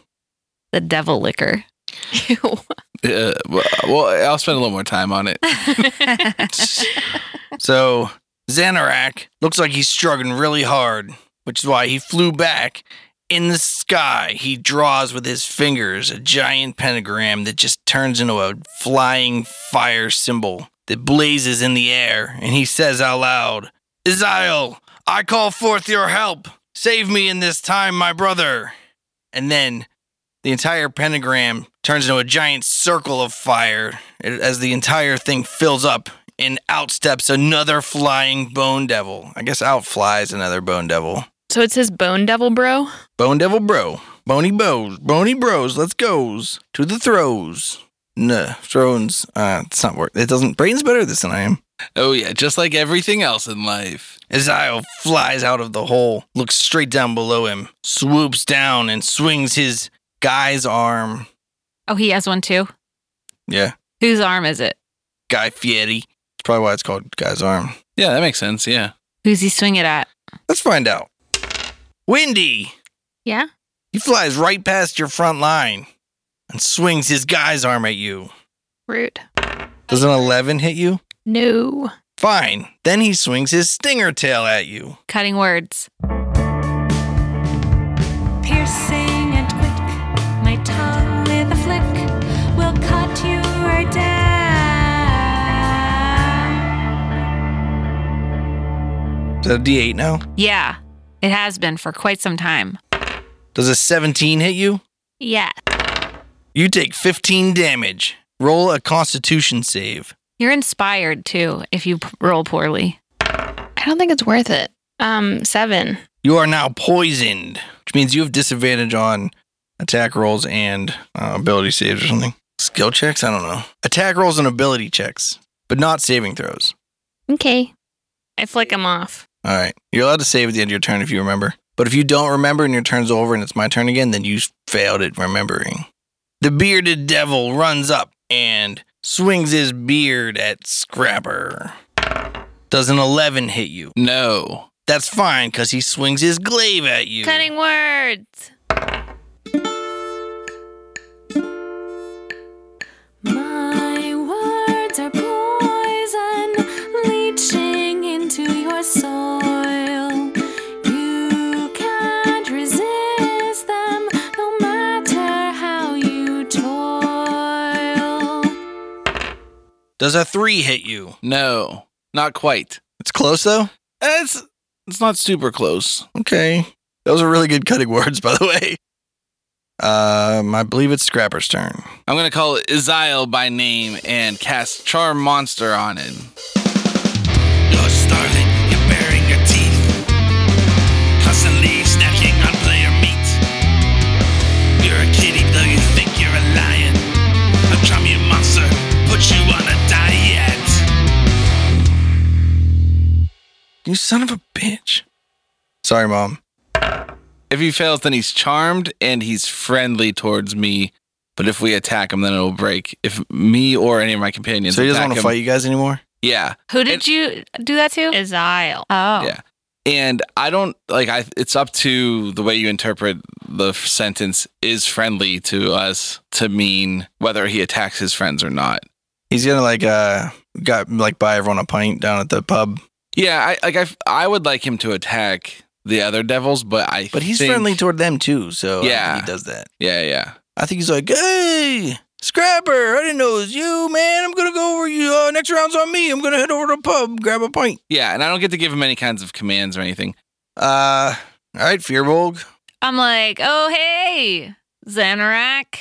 [SPEAKER 4] The devil liquor.
[SPEAKER 5] Ew.
[SPEAKER 2] Uh, well- well, I'll spend a little more time on it.
[SPEAKER 1] So Xanarak looks like he's struggling really hard, which is why he flew back. In the sky, he draws with his fingers a giant pentagram that just turns into a flying fire symbol that blazes in the air, and he says out loud, Israel, I call forth your help. Save me in this time, my brother. And then the entire pentagram turns into a giant circle of fire as the entire thing fills up and out steps another flying bone devil. I guess out flies another bone devil.
[SPEAKER 5] So it's his bone devil, bro.
[SPEAKER 1] Bone devil bro. Bony bows. Bony bros. Let's goes. To the throws. No, thrones. Uh, it's not work. It doesn't. Brain's better at this than I am.
[SPEAKER 2] Oh yeah, just like everything else in life.
[SPEAKER 1] Azio flies out of the hole, looks straight down below him, swoops down and swings his guy's arm.
[SPEAKER 4] oh, he has one too.
[SPEAKER 1] Yeah,
[SPEAKER 4] Whose arm is it?
[SPEAKER 1] Guy Fieri. That's probably why it's called guy's arm.
[SPEAKER 2] Yeah, that makes sense. Yeah.
[SPEAKER 4] Who's he swing it at?
[SPEAKER 1] Let's find out. Windy.
[SPEAKER 5] Yeah?
[SPEAKER 1] He flies right past your front line and swings his guy's arm at you.
[SPEAKER 5] Rude.
[SPEAKER 1] Does an 11 hit you?
[SPEAKER 5] No.
[SPEAKER 1] Fine. Then he swings his stinger tail at you.
[SPEAKER 4] Cutting words.
[SPEAKER 10] Piercing and quick, my tongue with a flick will cut you right down.
[SPEAKER 1] Is that a D8 now?
[SPEAKER 4] Yeah. It has been for quite some time.
[SPEAKER 1] Does a 17 hit you?
[SPEAKER 5] Yeah.
[SPEAKER 1] You take 15 damage. Roll a constitution save.
[SPEAKER 4] You're inspired too if you p- roll poorly.
[SPEAKER 5] I don't think it's worth it. Um, seven.
[SPEAKER 1] You are now poisoned, which means you have disadvantage on attack rolls and uh, ability saves or something. Skill checks? I don't know. Attack rolls and ability checks, but not saving throws.
[SPEAKER 5] Okay. I flick him off.
[SPEAKER 1] All right. You're allowed to save at the end of your turn if you remember. But if you don't remember and your turn's over and it's my turn again, then you failed at remembering. The bearded devil runs up and swings his beard at Scrapper. Does an 11 hit you?
[SPEAKER 2] No.
[SPEAKER 1] That's fine because he swings his glaive at you.
[SPEAKER 5] Cutting words.
[SPEAKER 10] My words are poison leaching into your soil. You can't resist them no matter how you toil.
[SPEAKER 1] Does a 3 hit you?
[SPEAKER 2] No. Not quite.
[SPEAKER 1] It's close though?
[SPEAKER 2] It's it's not super close.
[SPEAKER 1] Okay. Those are really good cutting words, by the way. Um, I believe it's Scrapper's turn.
[SPEAKER 2] I'm gonna call it Izile by name and cast Charm Monster on it.
[SPEAKER 9] You're starving, you're baring your teeth. Constantly snacking on player meat. You're a kitty, though you think you're a lion. A chummy monster put you on a diet.
[SPEAKER 1] You son of a bitch. Sorry, Mom.
[SPEAKER 2] If he fails, then he's charmed and he's friendly towards me. But if we attack him, then it'll break. If me or any of my companions,
[SPEAKER 1] So he doesn't
[SPEAKER 2] attack
[SPEAKER 1] want to
[SPEAKER 2] him-
[SPEAKER 1] fight you guys anymore?
[SPEAKER 2] Yeah,
[SPEAKER 4] Who did
[SPEAKER 2] And-
[SPEAKER 4] you do that to?
[SPEAKER 5] Is Isle.
[SPEAKER 4] oh.
[SPEAKER 2] Yeah. and I don't like. I it's up to the way you interpret the f- sentence. Is friendly to us to mean whether he attacks his friends or not.
[SPEAKER 1] He's gonna like uh got like buy everyone a pint down at the pub.
[SPEAKER 2] Yeah, I like. I f- I would like him to attack the other devils, but I.
[SPEAKER 1] But he's
[SPEAKER 2] think-
[SPEAKER 1] friendly toward them too, so I think
[SPEAKER 2] Yeah.
[SPEAKER 1] he does that.
[SPEAKER 2] Yeah, yeah.
[SPEAKER 1] I think he's like, hey, Scrapper, I didn't know it was you, man. I'm gonna go over you. Uh, next round's on me. I'm gonna head over to the pub, grab a pint.
[SPEAKER 2] Yeah, and I don't get to give him any kinds of commands or anything.
[SPEAKER 1] Uh, all right, Fearbolg.
[SPEAKER 4] I'm like, oh hey, Xanarak.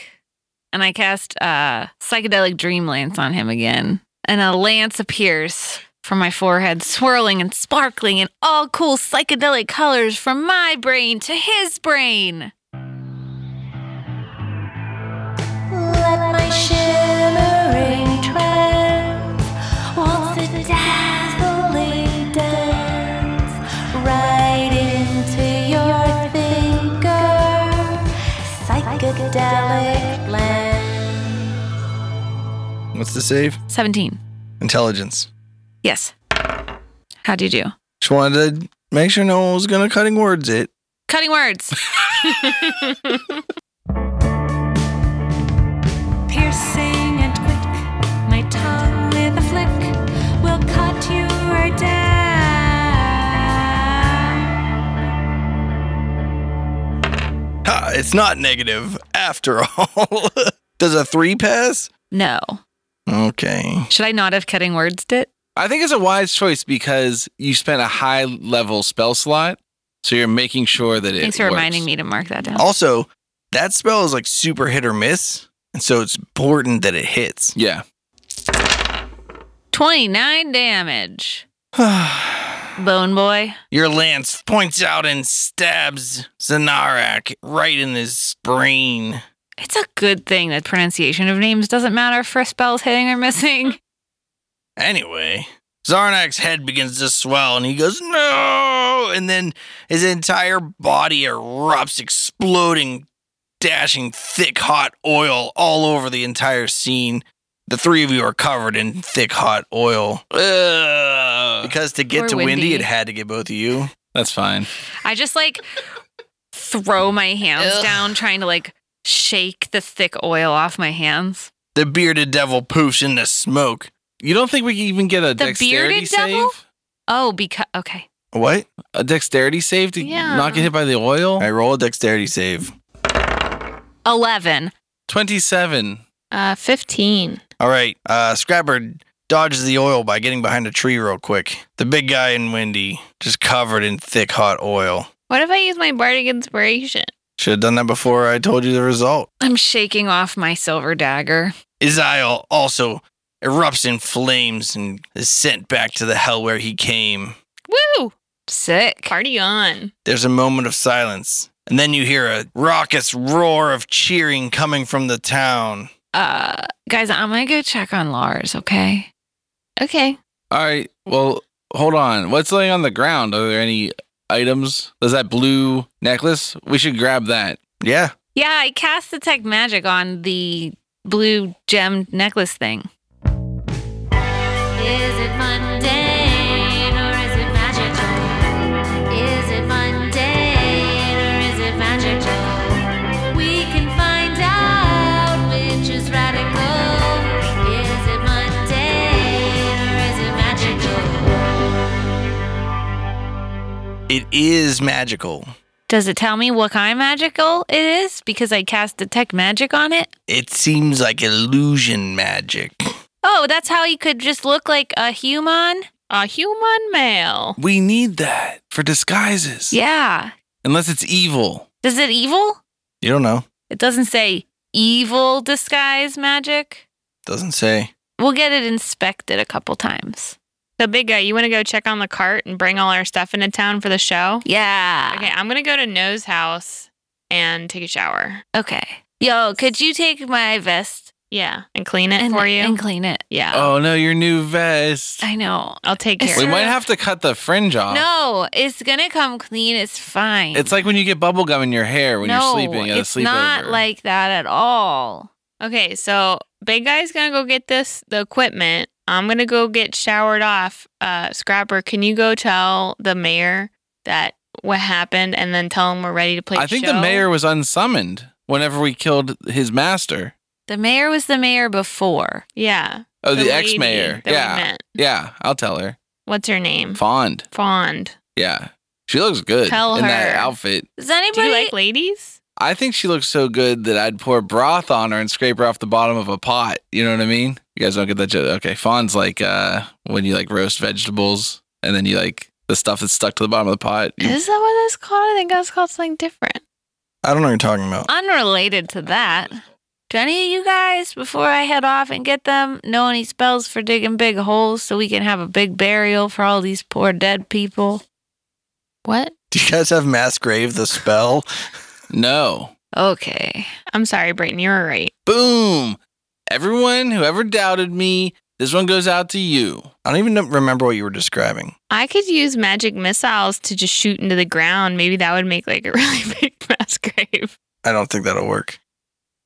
[SPEAKER 4] And I cast uh psychedelic dream lance on him again. And a lance appears from my forehead, swirling and sparkling in all cool psychedelic colors from my brain to his brain.
[SPEAKER 10] Let my shimmering trance waltz a dazzling dance right into your finger psychedelic glance.
[SPEAKER 1] What's the save?
[SPEAKER 4] 17.
[SPEAKER 1] Intelligence.
[SPEAKER 4] Yes. How'd you do?
[SPEAKER 1] Just wanted to make sure no one was gonna cutting words it.
[SPEAKER 4] Cutting words.
[SPEAKER 10] Piercing and quick, my tongue with a flick will cut you down.
[SPEAKER 1] Ha! It's not negative after all. Does a three pass?
[SPEAKER 4] No.
[SPEAKER 1] Okay.
[SPEAKER 4] Should I not have cutting words it?
[SPEAKER 2] I think it's a wise choice because you spent a high level spell slot, so you're making sure that it.
[SPEAKER 4] Thanks for
[SPEAKER 2] works.
[SPEAKER 4] reminding me to mark that down.
[SPEAKER 1] Also, that spell is like super hit or miss, and so it's important that it hits.
[SPEAKER 2] Yeah,
[SPEAKER 4] 29 damage. Bone boy.
[SPEAKER 1] Your lance points out and stabs Zanarak right in his brain.
[SPEAKER 4] It's a good thing that pronunciation of names doesn't matter for spells hitting or missing.
[SPEAKER 1] Anyway, Zarnak's head begins to swell and he goes, No! And then his entire body erupts, exploding, dashing thick, hot oil all over the entire scene. The three of you are covered in thick, hot oil. Ugh. Because to
[SPEAKER 4] Poor
[SPEAKER 1] get to Windy,
[SPEAKER 4] Windy.
[SPEAKER 1] it had to get both of you.
[SPEAKER 2] that's fine.
[SPEAKER 4] I just like throw my hands down, trying to like shake the thick oil off my hands.
[SPEAKER 1] The bearded devil poofs in the smoke.
[SPEAKER 2] You don't think we can even get a
[SPEAKER 4] The
[SPEAKER 2] dexterity
[SPEAKER 4] bearded devil?
[SPEAKER 2] save?
[SPEAKER 4] Oh, because okay,
[SPEAKER 1] What?
[SPEAKER 2] A dexterity save to
[SPEAKER 5] Yeah.
[SPEAKER 2] not get hit by the oil?
[SPEAKER 1] I roll a dexterity save.
[SPEAKER 4] eleven.
[SPEAKER 2] Twenty-seven.
[SPEAKER 5] Uh, 15.
[SPEAKER 1] All right. Uh, Scrapper dodges the oil by getting behind a tree real quick. The big guy in Windy, just covered in thick, hot oil.
[SPEAKER 5] What if I use my bardic inspiration?
[SPEAKER 1] Should have done that before I told you the result.
[SPEAKER 4] I'm shaking off my silver dagger.
[SPEAKER 1] Izile also erupts in flames and is sent back to the hell where he came.
[SPEAKER 5] Woo!
[SPEAKER 4] Sick.
[SPEAKER 5] Party on.
[SPEAKER 1] There's a moment of silence, and then you hear a raucous roar of cheering coming from the town.
[SPEAKER 4] Uh, guys, I'm gonna go check on Lars. Okay.
[SPEAKER 5] Okay.
[SPEAKER 2] All right. Well, hold on. What's laying on the ground? Are there any items? There's that blue necklace. We should grab that.
[SPEAKER 1] Yeah.
[SPEAKER 4] Yeah, I cast detect magic on the blue gem necklace thing.
[SPEAKER 10] Is it mundane or is it magical? Is it mundane or is it magical? We can find out which is radical. Is it mundane or is it magical?
[SPEAKER 1] It is magical.
[SPEAKER 4] Does it tell me what kind of magical it is because I cast detect magic on it?
[SPEAKER 1] It seems like illusion magic.
[SPEAKER 4] Oh, that's how he could just look like a human?
[SPEAKER 5] A human male.
[SPEAKER 2] We need that for disguises.
[SPEAKER 4] Yeah.
[SPEAKER 2] Unless it's evil.
[SPEAKER 4] Does it evil?
[SPEAKER 1] You don't know.
[SPEAKER 4] It doesn't say evil disguise magic.
[SPEAKER 1] Doesn't say.
[SPEAKER 4] We'll get it inspected a couple times.
[SPEAKER 5] So, big guy, you want to go check on the cart and bring all our stuff into town for the show?
[SPEAKER 4] Yeah.
[SPEAKER 5] Okay, I'm going to go to No's house and take a shower.
[SPEAKER 4] Okay. Yo, could you take my vest
[SPEAKER 5] Yeah. And clean it
[SPEAKER 4] and,
[SPEAKER 5] for you?
[SPEAKER 4] and clean it?
[SPEAKER 5] yeah.
[SPEAKER 2] Oh no, your new vest.
[SPEAKER 4] I know.
[SPEAKER 5] I'll take
[SPEAKER 4] Is
[SPEAKER 5] care
[SPEAKER 2] We
[SPEAKER 5] of it.
[SPEAKER 2] might have to cut the fringe off.
[SPEAKER 4] No, it's gonna come clean. It's fine.
[SPEAKER 2] Uh, It's like when you get bubble gum in your hair when
[SPEAKER 4] no,
[SPEAKER 2] you're sleeping at a
[SPEAKER 4] it's
[SPEAKER 2] sleepover.
[SPEAKER 4] not like that at all.
[SPEAKER 5] Okay, so big guy's going to go get this, the equipment. I'm going to go get showered off. Uh, Scrapper, can you go tell the mayor that what happened and then tell him we're ready to play
[SPEAKER 2] I think
[SPEAKER 5] show?
[SPEAKER 2] the mayor was unsummoned whenever we killed his master.
[SPEAKER 4] The mayor was the mayor before.
[SPEAKER 5] Yeah.
[SPEAKER 2] Oh, the,
[SPEAKER 5] lady
[SPEAKER 2] ex-mayor.
[SPEAKER 5] that we
[SPEAKER 2] Yeah,
[SPEAKER 5] met.
[SPEAKER 2] yeah. I'll tell her.
[SPEAKER 5] What's her name?
[SPEAKER 2] Fond.
[SPEAKER 5] Fond.
[SPEAKER 2] Yeah, she looks good
[SPEAKER 5] Tell
[SPEAKER 2] in that
[SPEAKER 5] her.
[SPEAKER 2] outfit.
[SPEAKER 4] Does anybody
[SPEAKER 5] Do you like ladies?
[SPEAKER 2] I think she looks so good that I'd pour broth on her and scrape her off the bottom of a pot. You know what I mean? You guys don't get that joke. Okay, fond's like uh, when you like roast vegetables and then you like the stuff that's stuck to the bottom of the pot. You-
[SPEAKER 5] Is that what that's called? I think that's called something different.
[SPEAKER 1] I don't know what you're talking about.
[SPEAKER 4] unrelated to that? Do any of you guys, before I head off and get them, know any spells for digging big holes so we can have a big burial for all these poor dead people?
[SPEAKER 5] What?
[SPEAKER 1] Do you guys have mass grave the spell?
[SPEAKER 2] no.
[SPEAKER 4] Okay.
[SPEAKER 5] I'm sorry, Brayton. You were right.
[SPEAKER 2] Boom. Everyone who ever doubted me, this one goes out to you.
[SPEAKER 1] I don't even know- remember what you were describing.
[SPEAKER 5] I could use magic missiles to just shoot into the ground. Maybe that would make like a really big mass grave.
[SPEAKER 1] I don't think that'll work.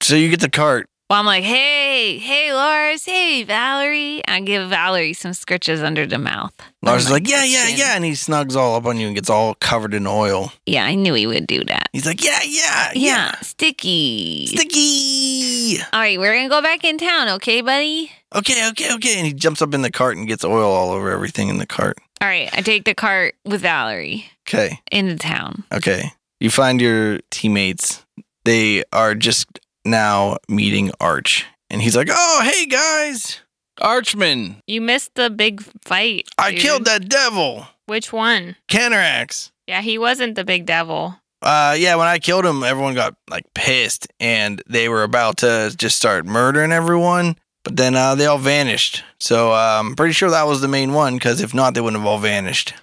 [SPEAKER 1] So you get the cart.
[SPEAKER 4] Well, I'm like, hey, hey, Lars, hey, Valerie. I give Valerie some scritches under the mouth.
[SPEAKER 1] Lars is
[SPEAKER 4] Under
[SPEAKER 1] like, yeah,
[SPEAKER 4] my
[SPEAKER 1] yeah,
[SPEAKER 4] chin.
[SPEAKER 1] yeah. And he snugs all up on you and gets all covered in oil.
[SPEAKER 4] Yeah, I knew he would do that.
[SPEAKER 1] He's like, yeah, yeah,
[SPEAKER 4] Yeah,
[SPEAKER 1] yeah.
[SPEAKER 4] sticky.
[SPEAKER 1] Sticky.
[SPEAKER 4] All right, we're gonna go back in town, okay, buddy?
[SPEAKER 1] Okay, okay, okay. And he jumps up in the cart and gets oil all over everything in the cart.
[SPEAKER 4] All right, I take the cart with Valerie
[SPEAKER 1] Okay,
[SPEAKER 4] into town.
[SPEAKER 1] okay. You find your teammates. They are just now meeting Arch. And he's like, oh, hey, guys.
[SPEAKER 2] Archman.
[SPEAKER 5] You missed the big fight.
[SPEAKER 1] I
[SPEAKER 5] dude.
[SPEAKER 1] killed that devil,
[SPEAKER 5] Which one?
[SPEAKER 1] Canarax.
[SPEAKER 5] Yeah, he wasn't the big devil.
[SPEAKER 1] Uh, yeah, when I killed him, everyone got like pissed and they were about to just start murdering everyone. But then uh, they all vanished. So uh, I'm pretty sure that was the main one because if not, they wouldn't have all vanished.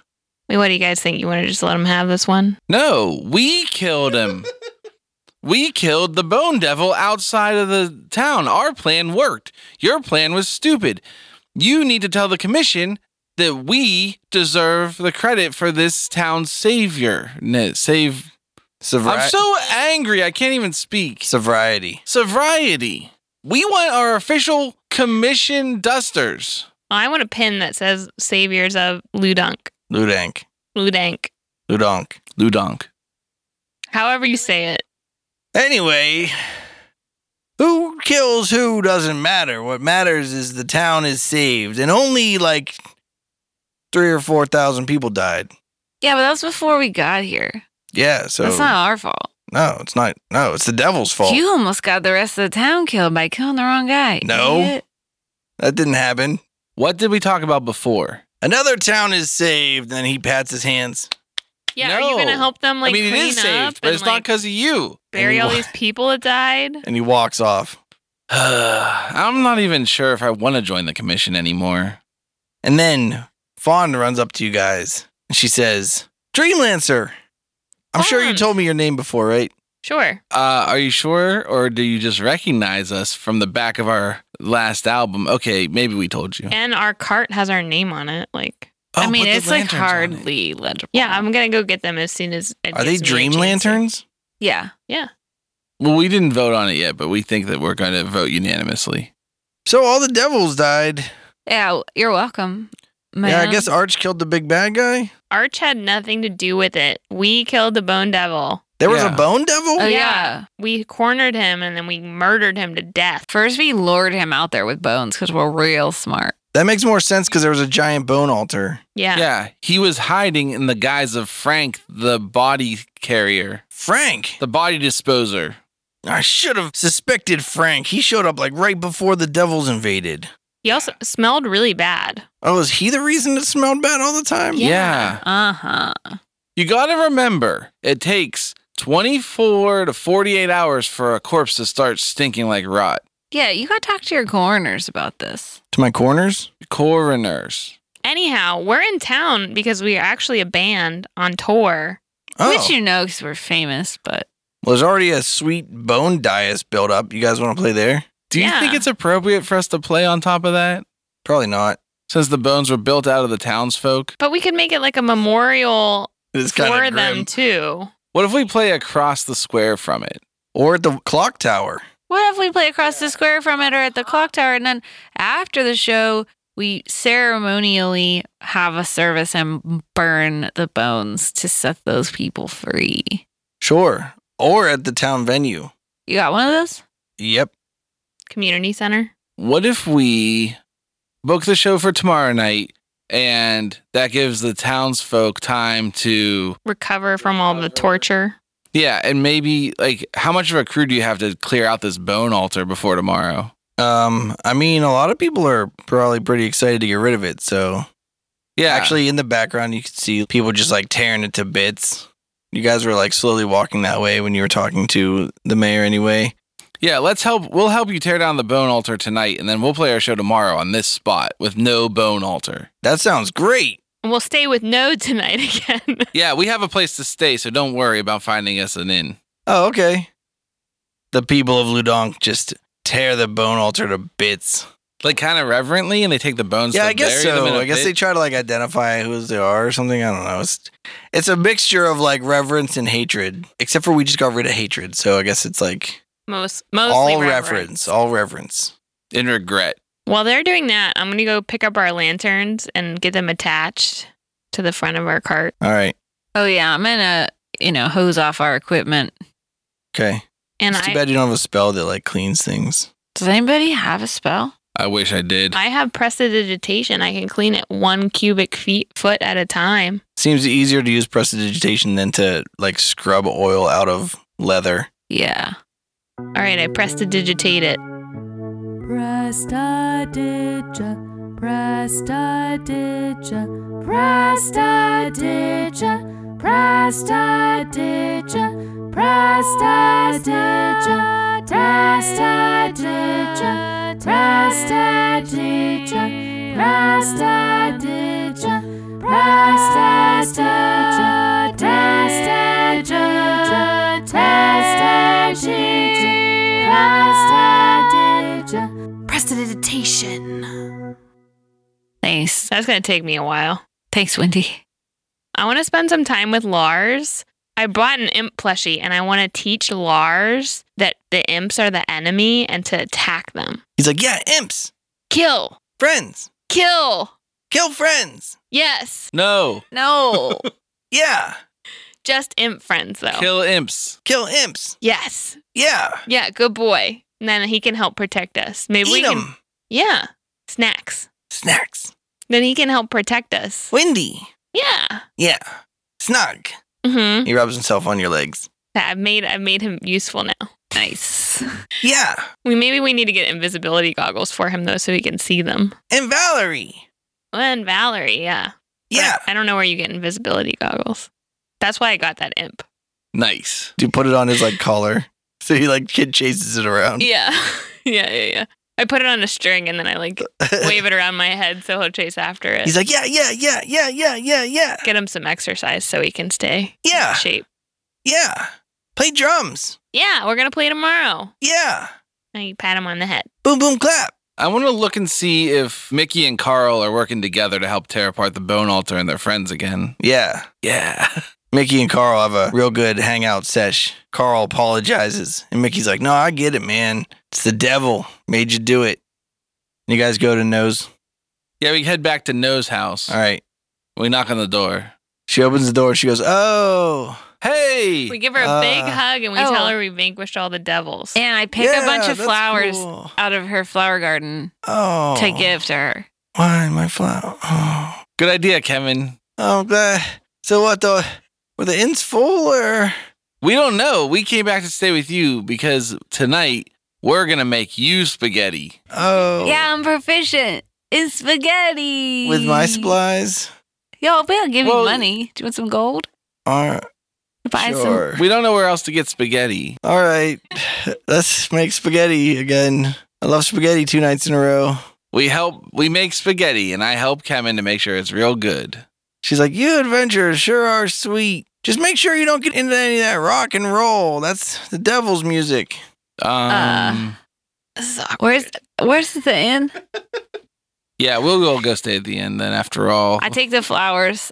[SPEAKER 5] Wait, what do you guys think? You want to just let him have this one?
[SPEAKER 2] No, we killed him. we killed the bone devil outside of the town. Our plan worked. Your plan was stupid. You need to tell the commission that we deserve the credit for this town's savior. No, save.
[SPEAKER 1] Severi-
[SPEAKER 2] I'm so angry. I can't even speak.
[SPEAKER 1] sobriety.
[SPEAKER 2] Sobriety. We want our official commission dusters.
[SPEAKER 5] I want a pin that says "Saviors of Ludunk."
[SPEAKER 1] Ludank.
[SPEAKER 5] Ludank.
[SPEAKER 1] Ludonk.
[SPEAKER 2] Ludonk.
[SPEAKER 5] However you say it.
[SPEAKER 1] Anyway, who kills who doesn't matter. What matters is the town is saved, and only like three or four thousand people died.
[SPEAKER 4] Yeah, but that was before we got here.
[SPEAKER 1] Yeah, so
[SPEAKER 4] That's not our fault.
[SPEAKER 1] no, it's not. No, it's the devil's fault.
[SPEAKER 4] You almost got the rest of the town killed by killing the wrong guy.
[SPEAKER 1] No.
[SPEAKER 4] idiot.
[SPEAKER 1] that didn't happen.
[SPEAKER 2] What did we talk about before?
[SPEAKER 1] Another town is saved, and he pats his hands.
[SPEAKER 5] Yeah, are you gonna
[SPEAKER 2] No.
[SPEAKER 5] help them like
[SPEAKER 2] I mean, it
[SPEAKER 5] clean
[SPEAKER 2] is
[SPEAKER 5] up
[SPEAKER 2] saved, but
[SPEAKER 5] and
[SPEAKER 2] it's not
[SPEAKER 5] like,
[SPEAKER 2] because of you.
[SPEAKER 5] bury all
[SPEAKER 1] anymore.
[SPEAKER 5] these people that died?
[SPEAKER 1] And he walks off.
[SPEAKER 2] I'm not even sure if I want to join the commission anymore.
[SPEAKER 1] And then Fawn runs up to you guys. And she says, Dreamlancer. I'm sure you
[SPEAKER 5] Fun.
[SPEAKER 1] told me your name before, right?
[SPEAKER 5] Sure.
[SPEAKER 2] Uh, are you sure, or do you just recognize us from the back of our last album? Okay, maybe we told you.
[SPEAKER 5] And our cart has our name on it. Like,
[SPEAKER 4] I
[SPEAKER 1] Oh,
[SPEAKER 4] mean,
[SPEAKER 1] put the
[SPEAKER 4] it's like
[SPEAKER 1] lanterns on it.
[SPEAKER 4] hardly legible.
[SPEAKER 5] yeah, I'm gonna go get them as soon as. it
[SPEAKER 1] Are they
[SPEAKER 5] gets me a
[SPEAKER 1] dream
[SPEAKER 5] chance.
[SPEAKER 1] lanterns?
[SPEAKER 4] Yeah.
[SPEAKER 2] Well, we didn't vote on it yet, but we think that we're going to vote unanimously.
[SPEAKER 1] So all the devils died.
[SPEAKER 4] Yeah. You're welcome. Man.
[SPEAKER 1] Yeah, I guess Arch killed the big bad guy.
[SPEAKER 5] Arch had nothing to do with it. We killed the Bone Devil.
[SPEAKER 1] There was
[SPEAKER 2] Yeah.
[SPEAKER 1] a bone devil.
[SPEAKER 4] Oh, yeah.
[SPEAKER 5] We cornered him and then we murdered him to death.
[SPEAKER 4] First, we lured him out there with bones because we're real smart.
[SPEAKER 1] That makes more sense because there was a giant bone altar.
[SPEAKER 5] Yeah.
[SPEAKER 2] yeah, he was hiding in the guise of Frank, the body carrier,
[SPEAKER 1] Frank.
[SPEAKER 2] the body disposer.
[SPEAKER 1] I should have suspected Frank. He showed up like right before the devils invaded.
[SPEAKER 5] He also smelled really bad.
[SPEAKER 1] Oh, is he the reason it smelled bad all the time?
[SPEAKER 2] Yeah.
[SPEAKER 4] Uh huh.
[SPEAKER 2] You gotta remember, it takes 24 to 48 hours for a corpse to start stinking like rot.
[SPEAKER 4] Yeah. You got to talk to your coroners about this.
[SPEAKER 1] To my corners?
[SPEAKER 2] Coroners.
[SPEAKER 5] Anyhow, we're in town because we are actually a band on tour.
[SPEAKER 1] Oh.
[SPEAKER 4] Which you know because we're famous, but
[SPEAKER 1] well, there's already a sweet bone dais built up. You guys want to play there?
[SPEAKER 2] Do you
[SPEAKER 5] Yeah.
[SPEAKER 2] think it's appropriate for us to play on top of that?
[SPEAKER 1] Probably not.
[SPEAKER 2] Since the bones were built out of the townsfolk?
[SPEAKER 5] But we could make it like a memorial
[SPEAKER 1] It's kind
[SPEAKER 5] for
[SPEAKER 1] of
[SPEAKER 5] them
[SPEAKER 1] grim.
[SPEAKER 5] too.
[SPEAKER 2] What if we play across the square from it?
[SPEAKER 1] Or at the clock tower.
[SPEAKER 4] what if we play across the square from it or at the clock tower? And then after the show, we ceremonially have a service and burn the bones to set those people free.
[SPEAKER 1] Sure. Or at the town venue.
[SPEAKER 4] You got one of those?
[SPEAKER 1] Yep.
[SPEAKER 5] Community center.
[SPEAKER 2] What if we book the show for tomorrow night and that gives the townsfolk time to
[SPEAKER 5] Recover from all the torture.
[SPEAKER 2] yeah, and maybe like how much of a crew do you have to clear out this bone altar before tomorrow?
[SPEAKER 1] Um, I mean, a lot of people are probably pretty excited to get rid of it. So,
[SPEAKER 2] Yeah,
[SPEAKER 1] actually, in the background, you can see people just like tearing it to bits. You guys were like slowly walking that way when you were talking to the mayor, anyway.
[SPEAKER 2] Yeah, let's help. We'll help you tear down the bone altar tonight, and then we'll play our show tomorrow on this spot with no bone altar.
[SPEAKER 1] That sounds great.
[SPEAKER 5] And we'll stay with no tonight again.
[SPEAKER 2] Yeah, we have a place to stay, so don't worry about finding us an inn.
[SPEAKER 1] Oh, okay. The people of Ludonk just tear the bone altar to bits.
[SPEAKER 2] Like kind of reverently, and they take the bones.
[SPEAKER 1] yeah,
[SPEAKER 2] they
[SPEAKER 1] I guess
[SPEAKER 2] bury them
[SPEAKER 1] so.
[SPEAKER 2] in a
[SPEAKER 1] I guess they
[SPEAKER 2] pit.
[SPEAKER 1] try to like identify who they are or something. I don't know. It's it's a mixture of like reverence and hatred. Except for we just got rid of hatred, so I guess it's like
[SPEAKER 5] Most mostly
[SPEAKER 1] all
[SPEAKER 5] reverence.
[SPEAKER 1] reverence, all reverence.
[SPEAKER 2] in regret.
[SPEAKER 5] While they're doing that, I'm gonna go pick up our lanterns and get them attached to the front of our cart.
[SPEAKER 1] All right.
[SPEAKER 4] Oh yeah, I'm gonna you know hose off our equipment.
[SPEAKER 1] Okay.
[SPEAKER 5] And
[SPEAKER 1] it's too
[SPEAKER 5] I,
[SPEAKER 1] bad you don't have a spell that like cleans things.
[SPEAKER 4] Does anybody have a spell?
[SPEAKER 2] I wish I did.
[SPEAKER 5] I have prestidigitation. I can clean it one cubic feet foot at a time.
[SPEAKER 1] Seems easier to use prestidigitation than to like scrub oil out of leather.
[SPEAKER 4] Yeah.
[SPEAKER 5] All right, I prestidigitate it.
[SPEAKER 10] Prestidigita, prestidigita, prestidigita, prestidigita, prestidigita, prestidigita, prestidigita, prestidigita, prestidigita, prestidigita, prestidigita. Prestidigitation.
[SPEAKER 4] Thanks.
[SPEAKER 5] That's gonna take me a while.
[SPEAKER 4] Thanks, Wendy.
[SPEAKER 5] I want to spend some time with Lars. I bought an imp plushie, and I want to teach Lars that the imps are the enemy and to attack them.
[SPEAKER 1] He's like, yeah, imps,
[SPEAKER 5] Kill,
[SPEAKER 1] friends,
[SPEAKER 5] kill.
[SPEAKER 1] kill friends.
[SPEAKER 5] Yes,
[SPEAKER 2] no,
[SPEAKER 4] No.
[SPEAKER 1] Yeah,
[SPEAKER 5] just imp friends though.
[SPEAKER 2] kill imps.
[SPEAKER 1] kill imps.
[SPEAKER 5] Yes.
[SPEAKER 1] Yeah,
[SPEAKER 5] Yeah, good boy. And then he can help protect us. Maybe we
[SPEAKER 1] eat
[SPEAKER 5] can.
[SPEAKER 1] them.
[SPEAKER 5] Yeah, snacks.
[SPEAKER 1] Snacks.
[SPEAKER 5] Then he can help protect us.
[SPEAKER 1] Windy.
[SPEAKER 5] Yeah.
[SPEAKER 1] Yeah. Snug.
[SPEAKER 5] Mm-hmm.
[SPEAKER 1] He rubs himself on your legs.
[SPEAKER 5] I've made I've made him useful now.
[SPEAKER 4] nice.
[SPEAKER 1] Yeah.
[SPEAKER 5] We maybe we need to get invisibility goggles for him though, so he can see them.
[SPEAKER 1] And Valerie.
[SPEAKER 5] And Valerie, yeah. But
[SPEAKER 1] Yeah.
[SPEAKER 5] I don't know where you get invisibility goggles. That's why I got that imp.
[SPEAKER 2] Nice.
[SPEAKER 1] Do you put it on his like collar? So he like kid chases it around.
[SPEAKER 5] Yeah. yeah, yeah, yeah. I put it on a string and then I like wave it around my head so he'll chase after it.
[SPEAKER 1] He's like, yeah, yeah, yeah, yeah, yeah, yeah, yeah,
[SPEAKER 5] Get him some exercise so he can stay in
[SPEAKER 1] yeah,
[SPEAKER 5] shape.
[SPEAKER 1] yeah. Play drums.
[SPEAKER 5] Yeah, we're gonna play tomorrow.
[SPEAKER 1] Yeah.
[SPEAKER 5] And you pat him on the head.
[SPEAKER 1] Boom, boom, clap.
[SPEAKER 2] I want to look and see if Mickey and Carl are working together to help tear apart the bone altar and their friends again.
[SPEAKER 1] Yeah.
[SPEAKER 2] Yeah.
[SPEAKER 1] Mickey and Carl have a real good hangout sesh. Carl apologizes, and Mickey's like, "No, I get it, man. It's the devil made you do it." And you guys go to Nose.
[SPEAKER 2] Yeah, we head back to No's house.
[SPEAKER 1] All right.
[SPEAKER 2] We knock on the door.
[SPEAKER 1] She opens the door. She goes, "Oh,
[SPEAKER 2] Hey!
[SPEAKER 5] We give her a big
[SPEAKER 1] Uh,
[SPEAKER 5] hug and we
[SPEAKER 4] Oh.
[SPEAKER 5] tell her we vanquished all the devils.
[SPEAKER 4] And I pick a bunch
[SPEAKER 1] yeah,
[SPEAKER 4] of
[SPEAKER 1] that's
[SPEAKER 4] flowers
[SPEAKER 1] cool.
[SPEAKER 4] out of her flower garden
[SPEAKER 1] Oh,
[SPEAKER 4] to give to her.
[SPEAKER 1] Why my flower? Oh,
[SPEAKER 2] Good idea, Kevin.
[SPEAKER 1] I'm glad. So what the? Were the ends full or?
[SPEAKER 2] We don't know. We came back to stay with you because tonight we're going to make you spaghetti.
[SPEAKER 1] Oh,
[SPEAKER 4] Yeah, I'm proficient in spaghetti.
[SPEAKER 1] With my supplies.
[SPEAKER 4] Yo, we'll give
[SPEAKER 2] Well-
[SPEAKER 4] you money. Do you want some gold?
[SPEAKER 1] All right.
[SPEAKER 4] Buy some.
[SPEAKER 1] sure.
[SPEAKER 2] We don't know where else to get spaghetti.
[SPEAKER 1] All right. Let's make spaghetti again. I love spaghetti two nights in a row.
[SPEAKER 2] We help, we make spaghetti, and I help Kevin to make sure it's real good.
[SPEAKER 1] She's like, You adventurers sure are sweet. Just make sure you don't get into any of that rock and roll. That's the devil's music.
[SPEAKER 2] Um,
[SPEAKER 4] Uh.
[SPEAKER 5] This is awkward.
[SPEAKER 4] Where's where's the end?
[SPEAKER 2] yeah, we'll all go stay at the end then, after all.
[SPEAKER 4] I take the flowers.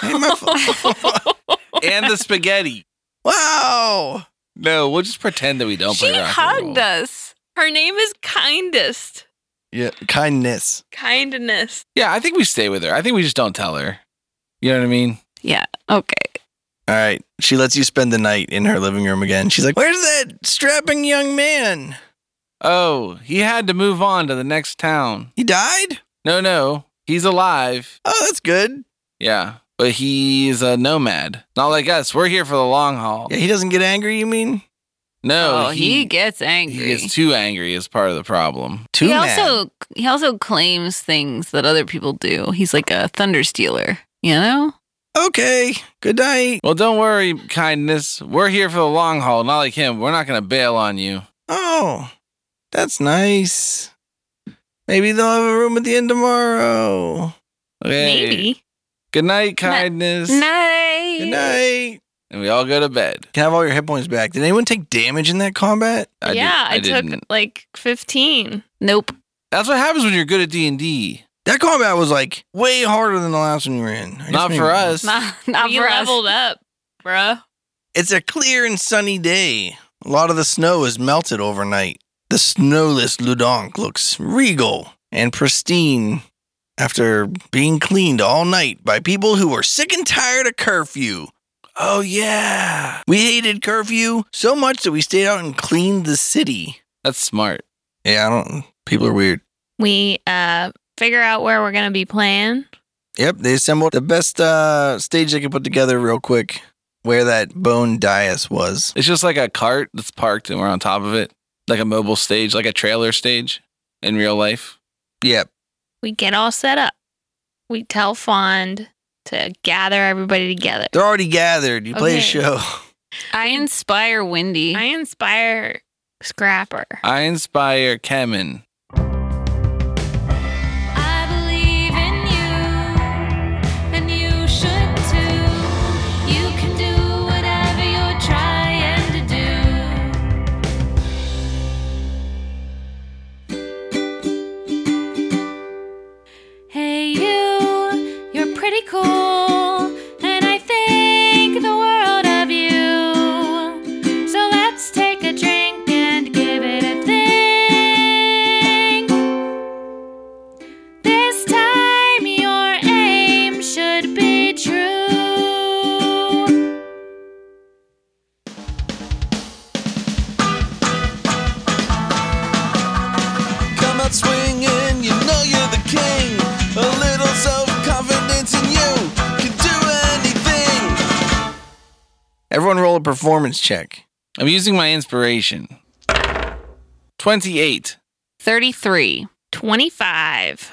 [SPEAKER 1] Hey, my fl-
[SPEAKER 2] and the spaghetti.
[SPEAKER 1] wow.
[SPEAKER 2] No, we'll just pretend that we don't
[SPEAKER 4] she
[SPEAKER 2] play rock
[SPEAKER 1] Oh.
[SPEAKER 2] and roll.
[SPEAKER 4] hugged us.
[SPEAKER 5] Her name is Kindest.
[SPEAKER 1] Yeah, kindness.
[SPEAKER 5] Kindness.
[SPEAKER 2] Yeah, I think we stay with her. I think we just don't tell her. You know what I mean?
[SPEAKER 4] Okay.
[SPEAKER 1] All right. She lets you spend the night in her living room again. She's like, Where's that strapping young man?
[SPEAKER 2] Oh, he had to move on to the next town.
[SPEAKER 1] He died?
[SPEAKER 2] No, no, he's alive.
[SPEAKER 1] Oh, that's good.
[SPEAKER 2] Yeah, but he's a nomad. Not like us. We're here for the long haul.
[SPEAKER 1] Yeah, he doesn't get angry, you mean?
[SPEAKER 2] No,
[SPEAKER 4] oh, he, gets
[SPEAKER 2] he
[SPEAKER 4] angry.
[SPEAKER 2] gets too angry is part of the problem.
[SPEAKER 1] Too
[SPEAKER 4] he
[SPEAKER 1] mad.
[SPEAKER 4] also he also claims things that other people do. He's like a thunder stealer, you know?
[SPEAKER 1] okay. Good night.
[SPEAKER 2] Well, don't worry, kindness. We're here for the long haul. Not like him. We're not going to bail on you.
[SPEAKER 1] Oh, that's nice. Maybe they'll have a room at the end tomorrow.
[SPEAKER 2] Okay.
[SPEAKER 5] Maybe.
[SPEAKER 2] Good night, kindness.
[SPEAKER 4] Night.
[SPEAKER 1] Good night.
[SPEAKER 2] And we all go to bed.
[SPEAKER 1] Can I have all your hit points back? Did anyone take damage in that combat?
[SPEAKER 2] did-
[SPEAKER 5] yeah, I, took
[SPEAKER 2] didn't.
[SPEAKER 5] like 15.
[SPEAKER 4] Nope.
[SPEAKER 2] That's what happens when you're good at D and D.
[SPEAKER 1] That combat was like way harder than the last one we were in. I guess
[SPEAKER 2] Not
[SPEAKER 1] maybe-
[SPEAKER 2] for us.
[SPEAKER 4] Not, not
[SPEAKER 5] we
[SPEAKER 4] for us.
[SPEAKER 5] leveled up, bruh.
[SPEAKER 1] It's a clear and sunny day. A lot of the snow has melted overnight. The snowless Ludonk looks regal and pristine after being cleaned all night by people who were sick and tired of curfew.
[SPEAKER 2] Oh yeah,
[SPEAKER 1] We hated curfew so much that we stayed out and cleaned the city.
[SPEAKER 2] that's smart.
[SPEAKER 1] Yeah, I don't. People are weird.
[SPEAKER 5] We uh figure out where we're gonna be playing.
[SPEAKER 1] Yep, they assembled the best uh, stage they could put together real quick. Where that bone dais was.
[SPEAKER 2] It's just like a cart that's parked and we're on top of it, like a mobile stage, like a trailer stage in real life.
[SPEAKER 1] Yep.
[SPEAKER 5] We get all set up. We tell Fond to gather everybody together.
[SPEAKER 1] They're already gathered. You play a
[SPEAKER 5] Okay.
[SPEAKER 1] show.
[SPEAKER 4] I inspire Wendy.
[SPEAKER 5] I inspire Scrapper.
[SPEAKER 2] I inspire Kemen.
[SPEAKER 6] I believe in you, and you should too. You can do whatever you're trying to do. Hey, you, you're pretty cool, and I think the world of you. So let's take a drink and give it a think. This time your aim should be true.
[SPEAKER 11] Come out swinging, you know you're the king. A little self confidence in you can do anything.
[SPEAKER 1] Everyone roll a performance check.
[SPEAKER 2] I'm using my inspiration. Twenty-eight.
[SPEAKER 4] 33.
[SPEAKER 5] 25.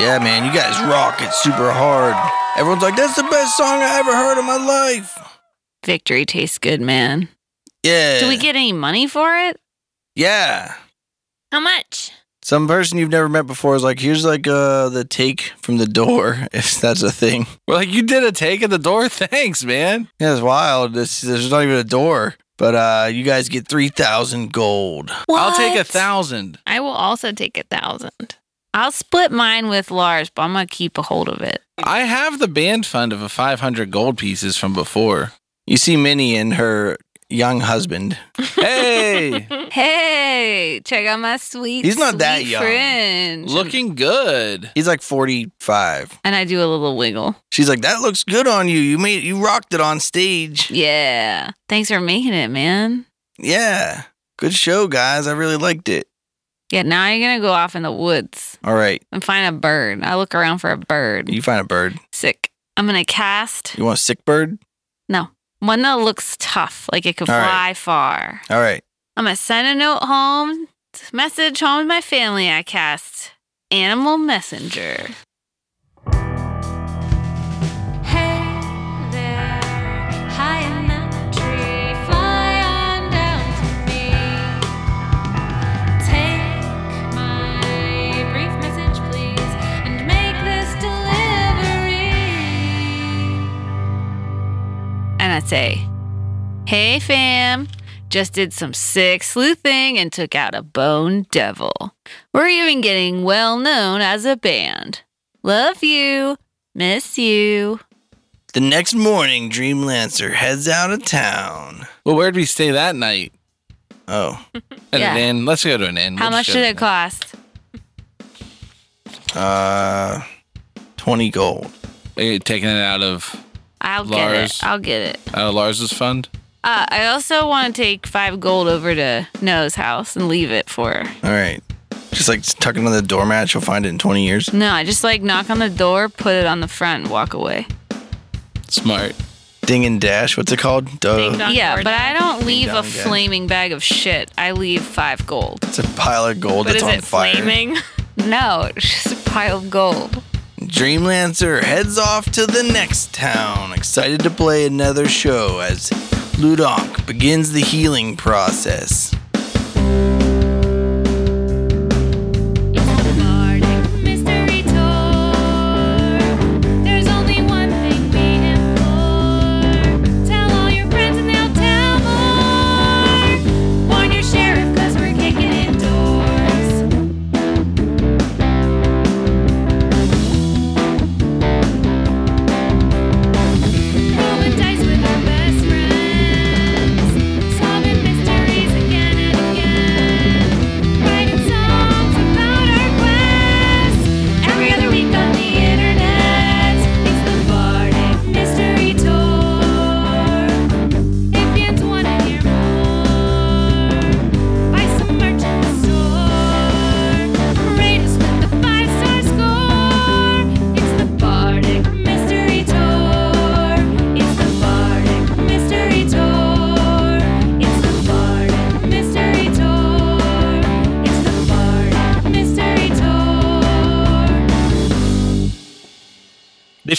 [SPEAKER 1] Yeah, man, you guys rock it super hard. Everyone's like, that's the best song I ever heard in my life.
[SPEAKER 4] Victory tastes good, man.
[SPEAKER 1] Yeah.
[SPEAKER 4] Do we get any money for it?
[SPEAKER 1] Yeah.
[SPEAKER 12] How much?
[SPEAKER 1] Some person you've never met before is like, here's like uh the take from the door, if that's a thing.
[SPEAKER 2] We're like, you did a take at the door. Thanks, man.
[SPEAKER 1] Yeah, it's wild. This there's not even a door. But uh you guys get three thousand gold.
[SPEAKER 2] I'll take a thousand.
[SPEAKER 12] I will also take a thousand.
[SPEAKER 4] I'll split mine with Lars, but I'm gonna keep a hold of it.
[SPEAKER 2] I have the band fund of a 500 gold pieces from before.
[SPEAKER 1] You see Minnie and her young husband.
[SPEAKER 2] Hey,
[SPEAKER 4] Hey, check out my sweet.
[SPEAKER 1] He's not that
[SPEAKER 4] sweet
[SPEAKER 1] young.
[SPEAKER 4] Fringe.
[SPEAKER 2] looking good.
[SPEAKER 1] He's like forty five.
[SPEAKER 4] and I do a little wiggle.
[SPEAKER 1] She's like, That looks good on you. You made you rocked it on stage.
[SPEAKER 4] Yeah, thanks for making it, man.
[SPEAKER 1] Yeah. Good show, guys. I really liked it.
[SPEAKER 4] Yeah, now you're gonna go off in the woods
[SPEAKER 1] All right.
[SPEAKER 4] and find a bird. I look around for a bird.
[SPEAKER 1] You find a bird.
[SPEAKER 4] Sick. I'm gonna cast
[SPEAKER 1] You want a sick bird?
[SPEAKER 4] one that looks tough, like it could
[SPEAKER 1] All right.
[SPEAKER 4] fly far.
[SPEAKER 1] All right.
[SPEAKER 4] I'm gonna send a note home, message home to my family. I cast animal messenger.
[SPEAKER 5] Hey there, high in that tree, fly on down to me. Take my brief message, please, and make this delivery.
[SPEAKER 4] and I say, Hey fam, just did some sick sleuthing and took out a bone devil. We're even getting well known as a band. Love you. Miss you.
[SPEAKER 1] The next morning, Dream Lancer heads out of town.
[SPEAKER 2] Well, where'd we stay that night?
[SPEAKER 1] Oh,
[SPEAKER 2] At
[SPEAKER 4] Yeah.
[SPEAKER 2] an inn. Let's go to an inn.
[SPEAKER 4] How
[SPEAKER 2] We'll
[SPEAKER 4] much
[SPEAKER 2] just go
[SPEAKER 4] did
[SPEAKER 2] to
[SPEAKER 4] it
[SPEAKER 2] an inn.
[SPEAKER 4] cost?
[SPEAKER 1] uh, 20 gold.
[SPEAKER 2] Are you taking it out of
[SPEAKER 4] I'll
[SPEAKER 2] Lars.
[SPEAKER 4] get it. I'll get it.
[SPEAKER 2] out of Lars's fund?
[SPEAKER 4] Uh, I also want to take five gold over to Noah's house and leave it for her.
[SPEAKER 1] All right. Just like tuck it under the doormat, she'll find it in 20 years.
[SPEAKER 4] No, I just like knock on the door, put it on the front, and walk away.
[SPEAKER 2] Smart.
[SPEAKER 1] Ding and dash, what's it called?
[SPEAKER 12] Ding
[SPEAKER 1] Duh.
[SPEAKER 12] dong.
[SPEAKER 4] yeah,
[SPEAKER 12] door
[SPEAKER 4] but I don't leave a
[SPEAKER 1] dong, yeah.
[SPEAKER 4] flaming bag of shit. I leave five gold.
[SPEAKER 1] It's a pile of gold
[SPEAKER 12] But is
[SPEAKER 1] that's on
[SPEAKER 12] it
[SPEAKER 1] fire.
[SPEAKER 12] flaming?
[SPEAKER 4] No, it's just a pile of gold.
[SPEAKER 1] Dream Lancer heads off to the next town, excited to play another show as Ludonk begins the healing process.
[SPEAKER 5] Mystery tour. There's only one thing we implore. Tell all your friends and they'll tell more. Warn your sheriff 'cause we're kicking in doors. Rolling dice with our best friends, solving mysteries again and again. Writing songs about our quest. Every other week on the internet, it's the Bardic Mystery Tour. If fans wanna hear more, buy some merch at the store. Rate us with a five-star score. It's the Bardic Mystery Tour. It's the Bardic Mystery Tour. It's the Bardic Mystery Tour. It's the Bardic Mystery Tour.
[SPEAKER 13] This